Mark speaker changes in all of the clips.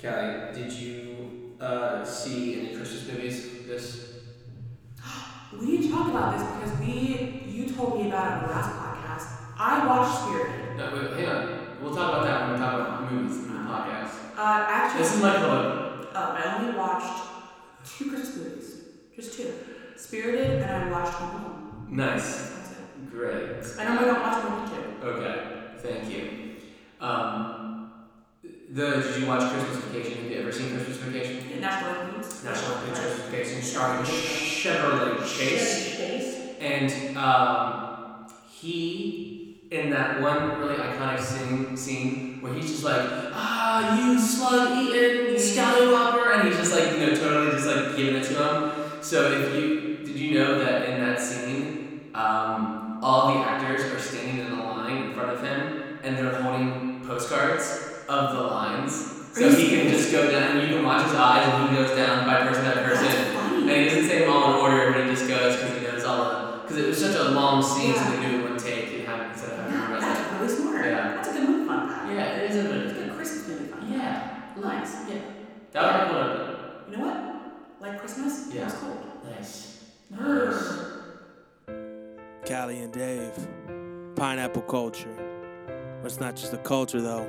Speaker 1: Callie, did you uh, see any Christmas movies this?
Speaker 2: We didn't talk about this because we you told me about it on the last podcast. I watched Spirited.
Speaker 3: No, wait, hang on. We'll talk about that when we talk about movies in the podcast.
Speaker 2: Uh, actually,
Speaker 3: This is like the
Speaker 2: um, I only watched two Christmas movies, just two. Spirited and I watched Home Alone.
Speaker 3: nice,
Speaker 2: That's it.
Speaker 3: great.
Speaker 2: I know I don't watch Home Alone too.
Speaker 3: Okay, thank you. Um, the did you watch Christmas Vacation? Have you ever seen Christmas Vacation?
Speaker 2: National Lampoon's.
Speaker 3: National Christmas Vacation starring Chevrolet Chase. And um, he, in that one really iconic scene, scene where he's just like, ah, you slug eating scallywhopper, and he's just like, you know, totally just like giving it to him. So if you, did you know that in that scene, um, all the actors are standing in a line in front of him, and they're holding postcards of the lines. So
Speaker 2: Are you
Speaker 3: he can just go down, you can watch his eyes, and he goes down by person by person.
Speaker 2: That's funny.
Speaker 3: And he doesn't say them all in order, but he just goes because he knows all the. Because it was such a long scene, so they knew in one take it happened instead of having to
Speaker 2: Yeah,
Speaker 3: rest it.
Speaker 2: that's really smart.
Speaker 3: Yeah.
Speaker 2: That's a good movie fun fact.
Speaker 3: Yeah, it is a
Speaker 2: It's
Speaker 3: bit.
Speaker 2: a good Christmas movie fun. fact.
Speaker 3: Yeah,
Speaker 2: Nice.
Speaker 3: that would be one
Speaker 2: You know what? Like Christmas,
Speaker 3: Yeah.
Speaker 2: it's cold.
Speaker 3: of them. Nice.
Speaker 2: Brr.
Speaker 4: Callie and Dave. Pineapple culture. But It's not just a culture, though,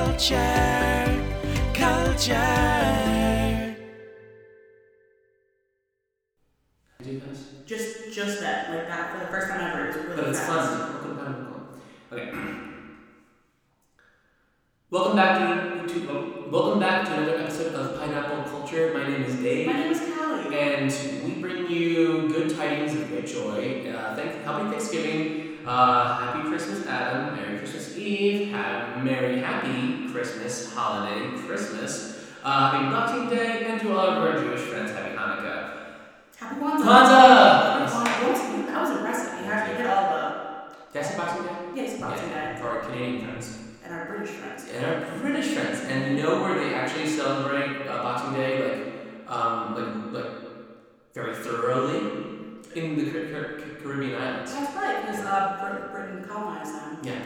Speaker 4: Culture. Culture.
Speaker 3: Do you guys?
Speaker 2: Just just that, like that for the first time ever. It's really
Speaker 3: But it's
Speaker 2: fast.
Speaker 3: fun. Welcome back. Okay. Welcome back to, to welcome back to another episode of Pineapple Culture. My name is
Speaker 2: My
Speaker 3: Dave,
Speaker 2: name is Callie.
Speaker 3: and we bring you good tidings of great joy. Uh, thank, happy Thanksgiving, uh, happy Christmas, Adam, Merry Christmas Eve, have Merry Happy Christmas Holiday, Christmas, uh, Happy Boxing Day, and to all of our Jewish friends, Happy Hanukkah.
Speaker 2: Happy Kwanzaa.
Speaker 3: Kwanzaa!
Speaker 2: Happy Kwanzaa. That was impressive. You have to get all the
Speaker 3: Did I say Boxing Day?
Speaker 2: yes, Boxing
Speaker 3: Yeah,
Speaker 2: Day
Speaker 3: for our Canadian friends.
Speaker 2: and our British friends.
Speaker 3: and our British friends, and you know where they actually celebrate uh, Boxing Day, like, um, like, like very thoroughly in the Car- Car- Car- Caribbean islands.
Speaker 2: That's right, because uh, Brit- Britain colonized them.
Speaker 3: Yeah.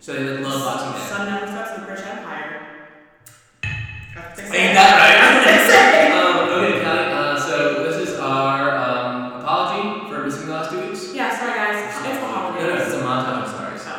Speaker 3: So they love Boxing Day.
Speaker 2: Sun never stops in the British Empire.
Speaker 3: Ain't that right? um, okay, Kelly. Uh, so this is our um, apology for missing the last two weeks.
Speaker 2: Yeah, sorry guys. It's the
Speaker 3: No, no, it's
Speaker 2: holidays.
Speaker 3: a montage. I'm sorry. So-
Speaker 2: So,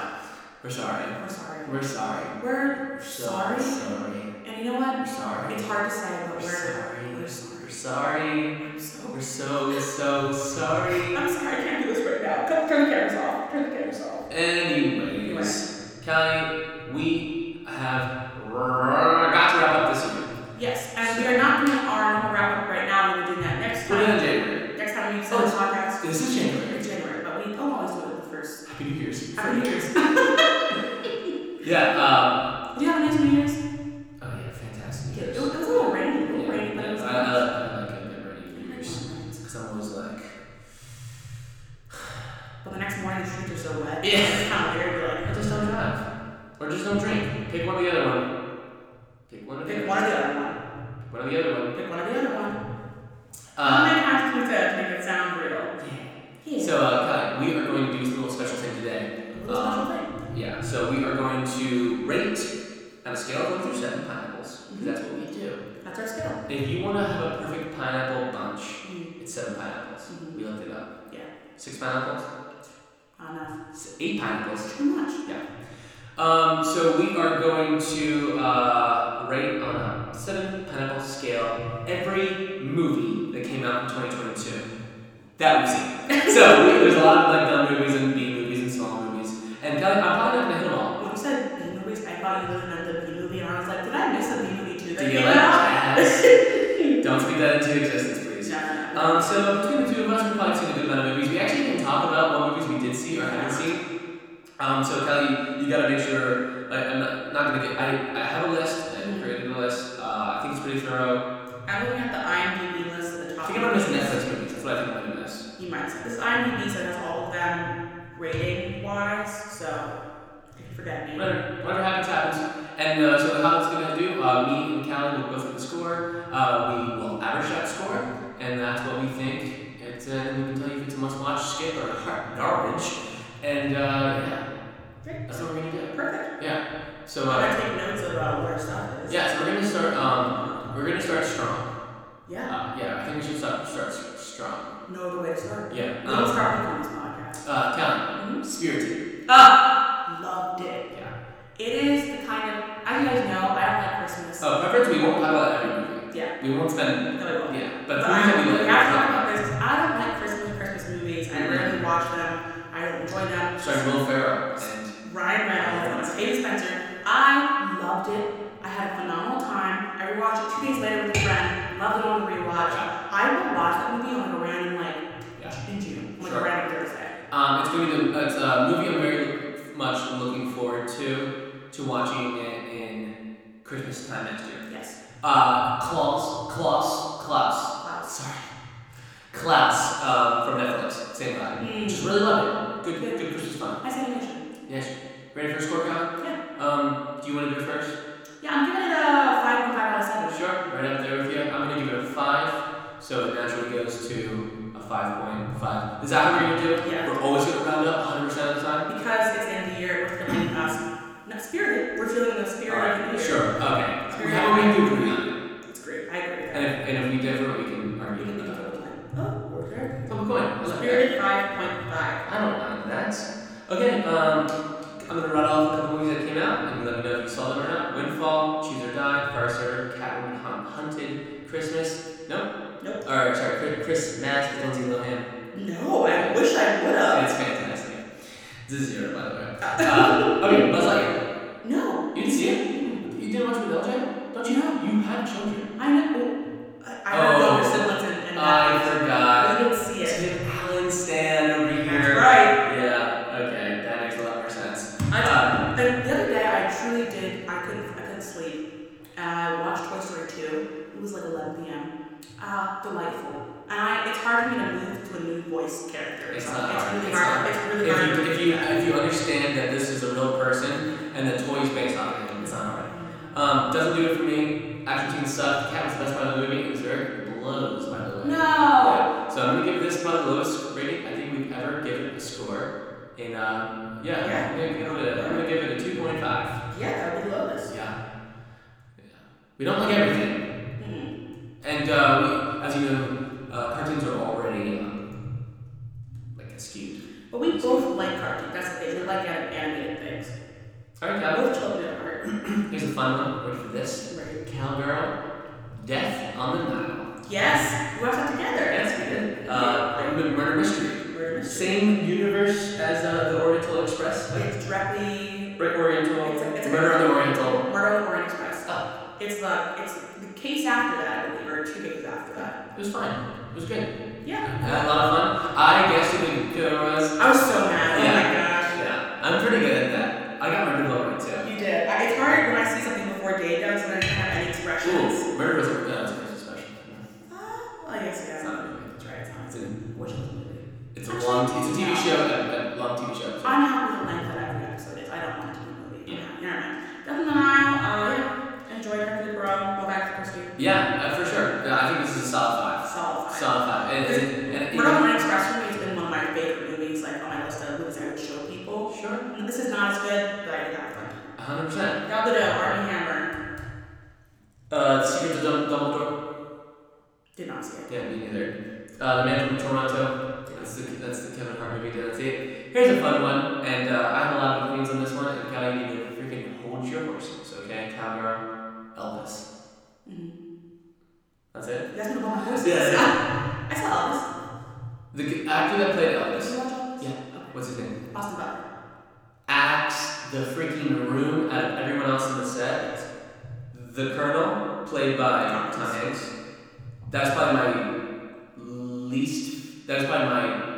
Speaker 3: We're sorry.
Speaker 2: we're sorry.
Speaker 3: We're sorry.
Speaker 2: We're
Speaker 3: We're so
Speaker 2: sorry.
Speaker 3: Sorry.
Speaker 2: And you know what?
Speaker 3: We're sorry.
Speaker 2: It's hard to say, but
Speaker 3: We're
Speaker 2: we're.
Speaker 3: sorry.
Speaker 2: We're
Speaker 3: We're
Speaker 2: sorry.
Speaker 3: sorry.
Speaker 2: I'm so.
Speaker 3: We're so so sorry.
Speaker 2: I'm sorry, I can't do this right now. Come turn the cameras off. Turn the cameras off.
Speaker 3: Anyways, Callie, we have got to wrap up this year.
Speaker 2: Yes, and we are not doing our normal wrap up right now. We're doing that next
Speaker 3: We're
Speaker 2: time.
Speaker 3: done January.
Speaker 2: Next time we use the
Speaker 3: Oh,
Speaker 2: podcast
Speaker 3: This is January.
Speaker 2: in January, but we don't always do it the first.
Speaker 3: Happy New Year's.
Speaker 2: Happy New Year's.
Speaker 3: Yeah. Um,
Speaker 2: Do you have a nice New Year's?
Speaker 3: oh yeah, fantastic.
Speaker 2: Yeah,
Speaker 3: New
Speaker 2: It
Speaker 3: Year's.
Speaker 2: was a little rainy, a little rainy,
Speaker 3: Yeah,
Speaker 2: but it was.
Speaker 3: I, I,
Speaker 2: nice.
Speaker 3: I like it. I'm ready for New Year's. Because I'm always like,
Speaker 2: But the next morning, the streets are so wet.
Speaker 3: Yeah.
Speaker 2: It's kind of weird. You're
Speaker 3: I
Speaker 2: like,
Speaker 3: just don't drive. Or just don't drink. Pick one or the other one. Pick one or the
Speaker 2: pick
Speaker 3: other
Speaker 2: one or the Oh, other one.
Speaker 3: One or the other one.
Speaker 2: Pick one or the other one. I'm
Speaker 3: Uh,
Speaker 2: gonna have to do that to make it sound real. Yeah.
Speaker 3: so, uh, Callie, we are going to do this little special thing today.
Speaker 2: A little special thing.
Speaker 3: Yeah, so we are going to rate on a scale of 1 through 7 pineapples, because that's what we do.
Speaker 2: That's our skill.
Speaker 3: If you want to have a perfect pineapple bunch,
Speaker 2: Mm.
Speaker 3: it's 7 pineapples.
Speaker 2: Mhm.
Speaker 3: We looked it up.
Speaker 2: Yeah.
Speaker 3: 6 pineapples?
Speaker 2: I don't know.
Speaker 3: S- 8 pineapples.
Speaker 2: Too much.
Speaker 3: Um, so we are going to uh, rate on a 7 pineapple scale every movie that came out in 2022 that we've seen. so we- there's a lot of like dumb movies and B movies and small movies. And Kelly, I'm probably not going to hit them all.
Speaker 2: When you said B movies, I thought you really meant the B movie, and I was like, did I miss a B movie too?
Speaker 3: Do
Speaker 2: That
Speaker 3: you
Speaker 2: came
Speaker 3: like
Speaker 2: out?
Speaker 3: jazz? Don't speak that into existence, please.
Speaker 2: Definitely.
Speaker 3: Um, so between the two of us, we've probably seen a good amount of movies. We actually didn't talk about what movies we did see or haven't seen. Um, so Kelly, you gotta make sure. Like, I'm not, not gonna get. I, I have a list. I created
Speaker 2: Because IMDb sent us all of them rating wise, so if you forget me.
Speaker 3: Whatever, whatever happens, happens. And uh, so how it's going to do, uh, me and Callie will go through the score. Uh, we will average that score, and that's what we think. It's, uh, and we can tell you if it's a must-watch, skip, or garbage. And uh, yeah,
Speaker 2: Great.
Speaker 3: that's what we're going to do.
Speaker 2: Perfect.
Speaker 3: Yeah. So
Speaker 2: I'm
Speaker 3: uh,
Speaker 2: gonna take notes of uh, where stuff is.
Speaker 3: yeah, so we're going to start. Um, we're going to start strong.
Speaker 2: Yeah.
Speaker 3: Uh, yeah, I think we should start start s- strong.
Speaker 2: No other way to start.
Speaker 3: Yeah.
Speaker 2: We can
Speaker 3: Um,
Speaker 2: start with this podcast.
Speaker 3: uh, Callie, spirited.
Speaker 2: Ah, loved it.
Speaker 3: Yeah.
Speaker 2: It is the kind of as you guys know, I don't like Christmas.
Speaker 3: Oh, preference. We won't talk about every movie.
Speaker 2: Yeah.
Speaker 3: We won't spend.
Speaker 2: No, I won't.
Speaker 3: Yeah, but
Speaker 2: But
Speaker 3: the
Speaker 2: I,
Speaker 3: movies that we like.
Speaker 2: we have to talk about this. I don't like Christmas Christmas movies. I rarely watch them. I don't enjoy them.
Speaker 3: Starring Will Ferrell and
Speaker 2: Ryan Reynolds, Hayden Spencer. I loved it. I had a phenomenal time. I rewatched it two days later with a friend. Loved it on the rewatch. I will watch that movie on like a random like
Speaker 3: yeah.
Speaker 2: in June, like
Speaker 3: Sure.
Speaker 2: a random Thursday.
Speaker 3: Um, it's going to it's a movie I'm very much looking forward to to watching it in Christmas time next year.
Speaker 2: Yes.
Speaker 3: Uh, Klaus, Klaus, Klaus.
Speaker 2: Wow.
Speaker 3: Sorry, Klaus um, from Netflix. Same vibe.
Speaker 2: Mm.
Speaker 3: Just really love it. Good, good Christmas fun.
Speaker 2: I said animation.
Speaker 3: Yes. Ready for a score count?
Speaker 2: Yeah.
Speaker 3: Um, do you want to go first?
Speaker 2: Yeah, I'm giving it a five point five out of seven.
Speaker 3: Sure, right up there with you. I'm gonna give it a five, so it naturally goes to a five point five. Is that how we're gonna do it?
Speaker 2: Yeah.
Speaker 3: We're always gonna round up 100 percent of the time.
Speaker 2: Because it's the end of the year, we're feeling us. Not spirited. We're feeling the spirit of the
Speaker 3: Alright,
Speaker 2: year.
Speaker 3: sure. Okay.
Speaker 2: Spirit.
Speaker 3: We have what we do agree on it,
Speaker 2: It's great. I agree with
Speaker 3: and
Speaker 2: that.
Speaker 3: if, and if we differ, we can argue about it.
Speaker 2: Oh, we're there.
Speaker 3: Flip a coin. I like that.
Speaker 2: Spirit five point five.
Speaker 3: I don't mind that. Okay. Um, I'm gonna run off a couple movies that came out, and let me know if you saw them or not. Windfall, Choose or Die, Farsighted, Catwoman, Hun- Hunted, Christmas. Nope.
Speaker 2: Nope.
Speaker 3: Or sorry, Chris- Christmas with Lindsay Lohan.
Speaker 2: No, I wish I would have.
Speaker 3: It's fantastic. It's a zero, by the way. Uh, okay, Buzz Lightyear.
Speaker 2: No,
Speaker 3: You didn't see it? You didn't watch Miguel Jack? Don't you know? You have children.
Speaker 2: I know. I, I don't
Speaker 3: Oh.
Speaker 2: know the siblings and, and
Speaker 3: I
Speaker 2: that.
Speaker 3: forgot.
Speaker 2: You didn't see it.
Speaker 3: Tim Allen stand over here.
Speaker 2: That's right.
Speaker 3: Yeah, okay, that makes a lot more sense. Um,
Speaker 2: I, the, the other day, I truly did. I couldn't. I couldn't sleep. And I watched Toy Story two. It was like eleven p.m. Uh, delightful. And I, it's hard for me to move to a new voice character.
Speaker 3: It's
Speaker 2: so
Speaker 3: not
Speaker 2: it's
Speaker 3: hard.
Speaker 2: Really
Speaker 3: It's
Speaker 2: hard.
Speaker 3: not.
Speaker 2: It's
Speaker 3: If
Speaker 2: really hard.
Speaker 3: you,
Speaker 2: to
Speaker 3: if,
Speaker 2: do
Speaker 3: you,
Speaker 2: that.
Speaker 3: if you understand that this is a real person and the toy's based off of him, it's not alright. Um, doesn't do it for me. Action scene sucked. Cat was the best part of the movie. It was very blows, by the way.
Speaker 2: no.
Speaker 3: Yeah. So I'm gonna give this probably the lowest rating I think we've ever given a score. In um, yeah,
Speaker 2: Yeah.
Speaker 3: I'm, gonna give it a, I'm gonna give it a 2.5. Yeah.
Speaker 2: Yeah, that would love this.
Speaker 3: yeah. We don't like everything,
Speaker 2: Mm-hmm.
Speaker 3: and uh, we, as you know, uh, cartoons are already um, like skewed.
Speaker 2: But we both like cartoons. That's the thing. We like anim- animated things.
Speaker 3: All right,
Speaker 2: Yeah,
Speaker 3: Cowboy.
Speaker 2: both children are art.
Speaker 3: Here's a fun one. Ready for this?
Speaker 2: Right.
Speaker 3: Cowgirl, Death on the Nile.
Speaker 2: Yes, we watched that together.
Speaker 3: Yes, we did. Uh, murder mystery.
Speaker 2: We're
Speaker 3: Same universe as uh, the Oriental Express. Like,
Speaker 2: It's directly
Speaker 3: Right, Oriental.
Speaker 2: It's a- it's a-
Speaker 3: Murder on the Oriental.
Speaker 2: Murder on the Orient Express.
Speaker 3: Oh,
Speaker 2: It's the it's the case after that, I believe, or two cases after that.
Speaker 3: it was fine. It was good. I
Speaker 2: Yeah.
Speaker 3: had a lot of fun. I guess you can kill us.
Speaker 2: I was so mad. Oh
Speaker 3: Uh-huh. Yeah, I'm pretty good at that. I got murder moment too.
Speaker 2: my gosh. You did. I, it's hard when I see something before day does and I don't have any expressions.
Speaker 3: Ooh, murder was a that was a Christmas special.
Speaker 2: Uh, well, I guess yeah.
Speaker 3: It's
Speaker 2: It's not
Speaker 3: not a movie.
Speaker 2: that's right. It's not.
Speaker 3: It's a,
Speaker 2: Which is a movie.
Speaker 3: it's a long. It's a TV show. A, a long TV show.
Speaker 2: I'm happy with the length that every episode is. I don't want it to be a movie. Yeah. Never mind. Death in the Nile. Um, enjoyed her for the grow. Go back to Christie.
Speaker 3: Yeah, uh, for sure. Yeah, I think this is a solid
Speaker 2: Solid.
Speaker 3: five. Solid five. And, and, and,
Speaker 2: Murder on the Orient Express for me has been one of my favorite movies, like on my list of movies I would show people.
Speaker 3: sure.
Speaker 2: This is not as good, but I did have fun.
Speaker 3: hundred percent.
Speaker 2: Got the dough, Army Hammer.
Speaker 3: Uh, Secret of Dum- Dumbledore.
Speaker 2: Did not see it.
Speaker 3: Yeah, me neither. Uh, the Man from Toronto. That's the, that's the Kevin Hart movie. Didn't see it. Here's a fun one, and uh, I have a lot of opinions on this one. And Callie, you need to freaking hold your horses, okay? Cowgirl, Elvis.
Speaker 2: Mm-hmm.
Speaker 3: That's it.
Speaker 2: You guys want to my horse?
Speaker 3: Yeah,
Speaker 2: I saw
Speaker 3: The g- actor that played
Speaker 2: Elvis. Did
Speaker 3: Elvis.
Speaker 2: you watch Elvis?
Speaker 3: Yeah. What's his name?
Speaker 2: Austin Butler.
Speaker 3: Acts the freaking room out of everyone else on the set. The Colonel, played by Tom Hanks. That's probably my least. That's probably my.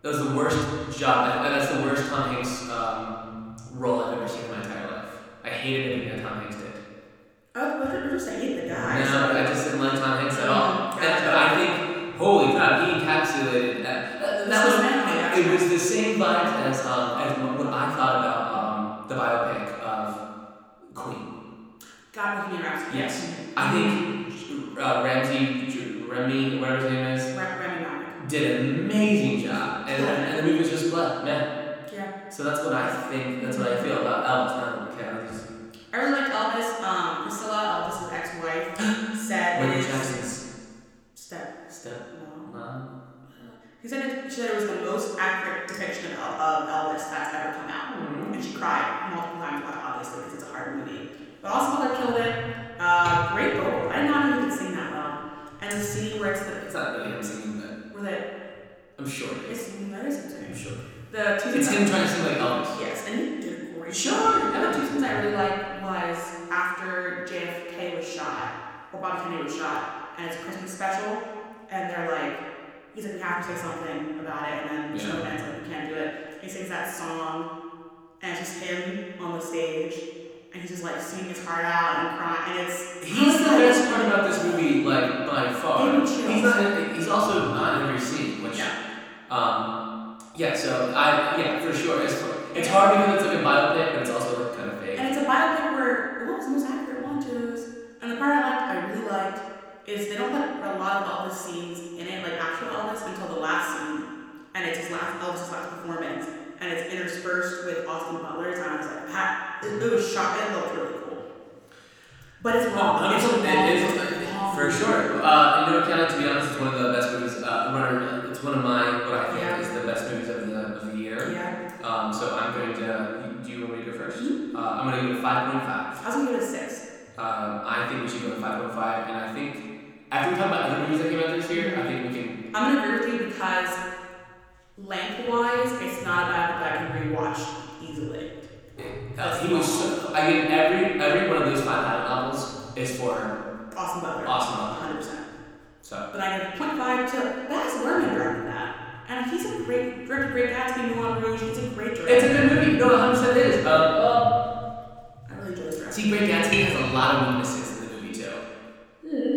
Speaker 3: That was the worst job. that- That's the worst Tom Hanks um, role I've ever seen in my entire life. I hated everything that Tom Hanks did.
Speaker 2: Oh, what did you say? Hate the guy.
Speaker 3: No, I just didn't like Tom Hanks at all. And- but I think holy crap, he encapsulated that. That, that was It was the same vibes as, um, as what I thought about um, the biopic of Queen.
Speaker 2: God, Bohemian Rhapsody. Mm-hmm.
Speaker 3: Yes. I think uh, Ramsey, Remy, whatever his name is,
Speaker 2: Ra- Rami Malek.
Speaker 3: did an amazing job. And, and the movie was just blah, man.
Speaker 2: Yeah.
Speaker 3: So that's what I think, that's what I feel about Elvis. I don't care.
Speaker 2: I really liked Elvis. Um, Priscilla, Elvis's ex-wife, said
Speaker 3: Michael
Speaker 2: his
Speaker 3: Jackson's Um,
Speaker 2: step.
Speaker 3: step
Speaker 2: No.
Speaker 3: mom.
Speaker 2: He said it, she said it was the most accurate depiction of, El- of Elvis that's ever come out. And she cried multiple times, like, obviously, because it's a hard movie. But also, Mother Killed It, uh, great role. I did not know you could sing that well. And the scene where it's the,
Speaker 3: It's not really him singing that.
Speaker 2: where the,
Speaker 3: I'm sure it is.
Speaker 2: it's, that is his
Speaker 3: I'm
Speaker 2: name.
Speaker 3: sure.
Speaker 2: The two
Speaker 3: It's him trying to sing like Elvis.
Speaker 2: Yes, and he did a great Sure. And the two things I really liked was after JFK was shot, or Bobby Kennedy was shot, and it's a Christmas special, and they're like, he's like, we have to say something about it, and then the show ends, like, we can't do it. He sings that song, and it's just him on the stage, and he's just like singing his heart out and crying, and it's.
Speaker 3: He's the best part about this movie, like by far.
Speaker 2: Give me chills.
Speaker 3: He's not. in- He's also not in every scene, which.
Speaker 2: Yeah.
Speaker 3: Um. Yeah. So I. Yeah, for sure. It's it's hard because it's like a biopic, but it's also like kind of fake.
Speaker 2: And it's a biopic where what was the most accurate one twos. And the part I liked, I really liked, is they don't put a lot of Elvis scenes in it, like actual Elvis, until the last scene, and it's his last Elvis's last performance, and it's interspersed with Austin Butler's. And I was like, that it, it was shocking. It looked really cool, but it's
Speaker 3: Oh,
Speaker 2: long.
Speaker 3: I'm
Speaker 2: it's
Speaker 3: so-
Speaker 2: a long,
Speaker 3: it is-
Speaker 2: it's a long
Speaker 3: for sure. Uh, you know, Canada, to be honest, it's one of the best movies. Uh, runner. It's one of my what I think
Speaker 2: Yeah.
Speaker 3: is the best movies of the of the year.
Speaker 2: Yeah, Mm-hmm.
Speaker 3: Um. So I'm going to. Do you want me to go 1st Uh, I'm going to give it a five point five.
Speaker 2: I was gonna give it a six.
Speaker 3: Um, I think we should go to 505, and I think after we talk about other movies that came out this year, I think we can.
Speaker 2: I'm gonna agree with you because lengthwise, it's not a biopic that I can rewatch easily.
Speaker 3: Uh, he was. So, I mean, every every one of those five Adam novels is for
Speaker 2: Austin Butler.
Speaker 3: awesome. Novel.
Speaker 2: 100%.
Speaker 3: So
Speaker 2: But I give 0.5 to Baz Luhrmann directed that. And he's a great, directed Great Gatsby, Moulin Rouge, he's a great director.
Speaker 3: it's a good movie. No, 100 percent it is. Um,
Speaker 2: I really enjoy this
Speaker 3: uh,
Speaker 2: director.
Speaker 3: see, Great Gatsby has a lot of weaknesses in the movie too.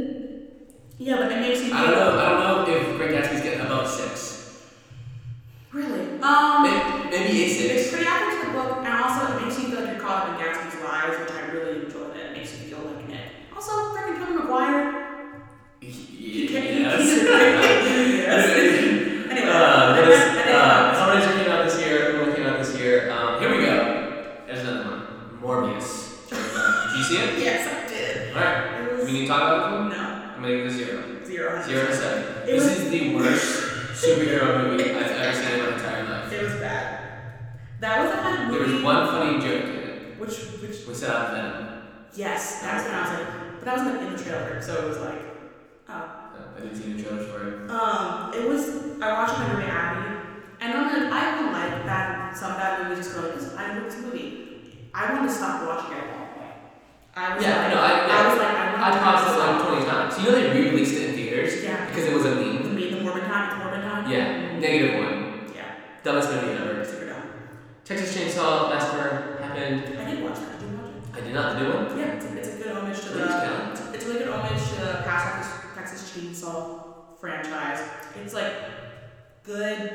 Speaker 2: Yeah, but it makes you
Speaker 3: I don't know. I don't know if Great Gatsby's getting above six.
Speaker 2: Really? Um,
Speaker 3: Maybe, maybe a
Speaker 2: it's
Speaker 3: six.
Speaker 2: pretty accurate to the book, and also it makes you feel like you're caught up in Gatsby's lives, which I really enjoyed. It It makes you feel like in it. Also, freaking Tobey Maguire. He can, he, he's a great yes.
Speaker 3: yes.
Speaker 2: Anyway,
Speaker 3: Uh,
Speaker 2: I-
Speaker 3: what is,
Speaker 2: I- I-
Speaker 3: uh, how many came out this year? What came out this year? Um, here we go. There's another one. Morbius. Did you see it?
Speaker 2: yes, I did.
Speaker 3: Alright.
Speaker 2: It
Speaker 3: We
Speaker 2: was,
Speaker 3: need to talk about it?
Speaker 2: no,
Speaker 3: I'm gonna give it a zero.
Speaker 2: zero.
Speaker 3: Zero to seven.
Speaker 2: It
Speaker 3: This
Speaker 2: was-
Speaker 3: is the worst superhero movie I've ever seen in my entire life.
Speaker 2: It was bad. That was a bad
Speaker 3: There
Speaker 2: movie.
Speaker 3: was one funny joke in it.
Speaker 2: Which, which
Speaker 3: We set out Venom.
Speaker 2: Yes, that's when I was like, but that was like in the trailer, so it was like, oh.
Speaker 3: Uh, I didn't see any trailers for it.
Speaker 2: Um, it was, I watched my roommate Abby, and I'm like, I don't like that, some bad movies just go like this, I love this movie. I wanted to stop watching it at one point. I was
Speaker 3: Yeah,
Speaker 2: like,
Speaker 3: no, I, I,
Speaker 2: was like, I
Speaker 3: I,
Speaker 2: wanted to
Speaker 3: paused it
Speaker 2: stop.
Speaker 3: like 20 times. You know they re-released it in theaters?
Speaker 2: Yeah.
Speaker 3: Because it was a meme?
Speaker 2: You mean the Mormon time, the Mormon time?
Speaker 3: Yeah. Negative one.
Speaker 2: Yeah,
Speaker 3: Dumbest movie ever.
Speaker 2: I figured out.
Speaker 3: Texas Chainsaw Massacre happened.
Speaker 2: I did watch that, did you watch
Speaker 3: I
Speaker 2: it?
Speaker 3: did not do one.
Speaker 2: Yeah, it's a, it's a good homage to
Speaker 3: Please
Speaker 2: the,
Speaker 3: count.
Speaker 2: it's a really good homage to the past Texas Chainsaw franchise. It's like good.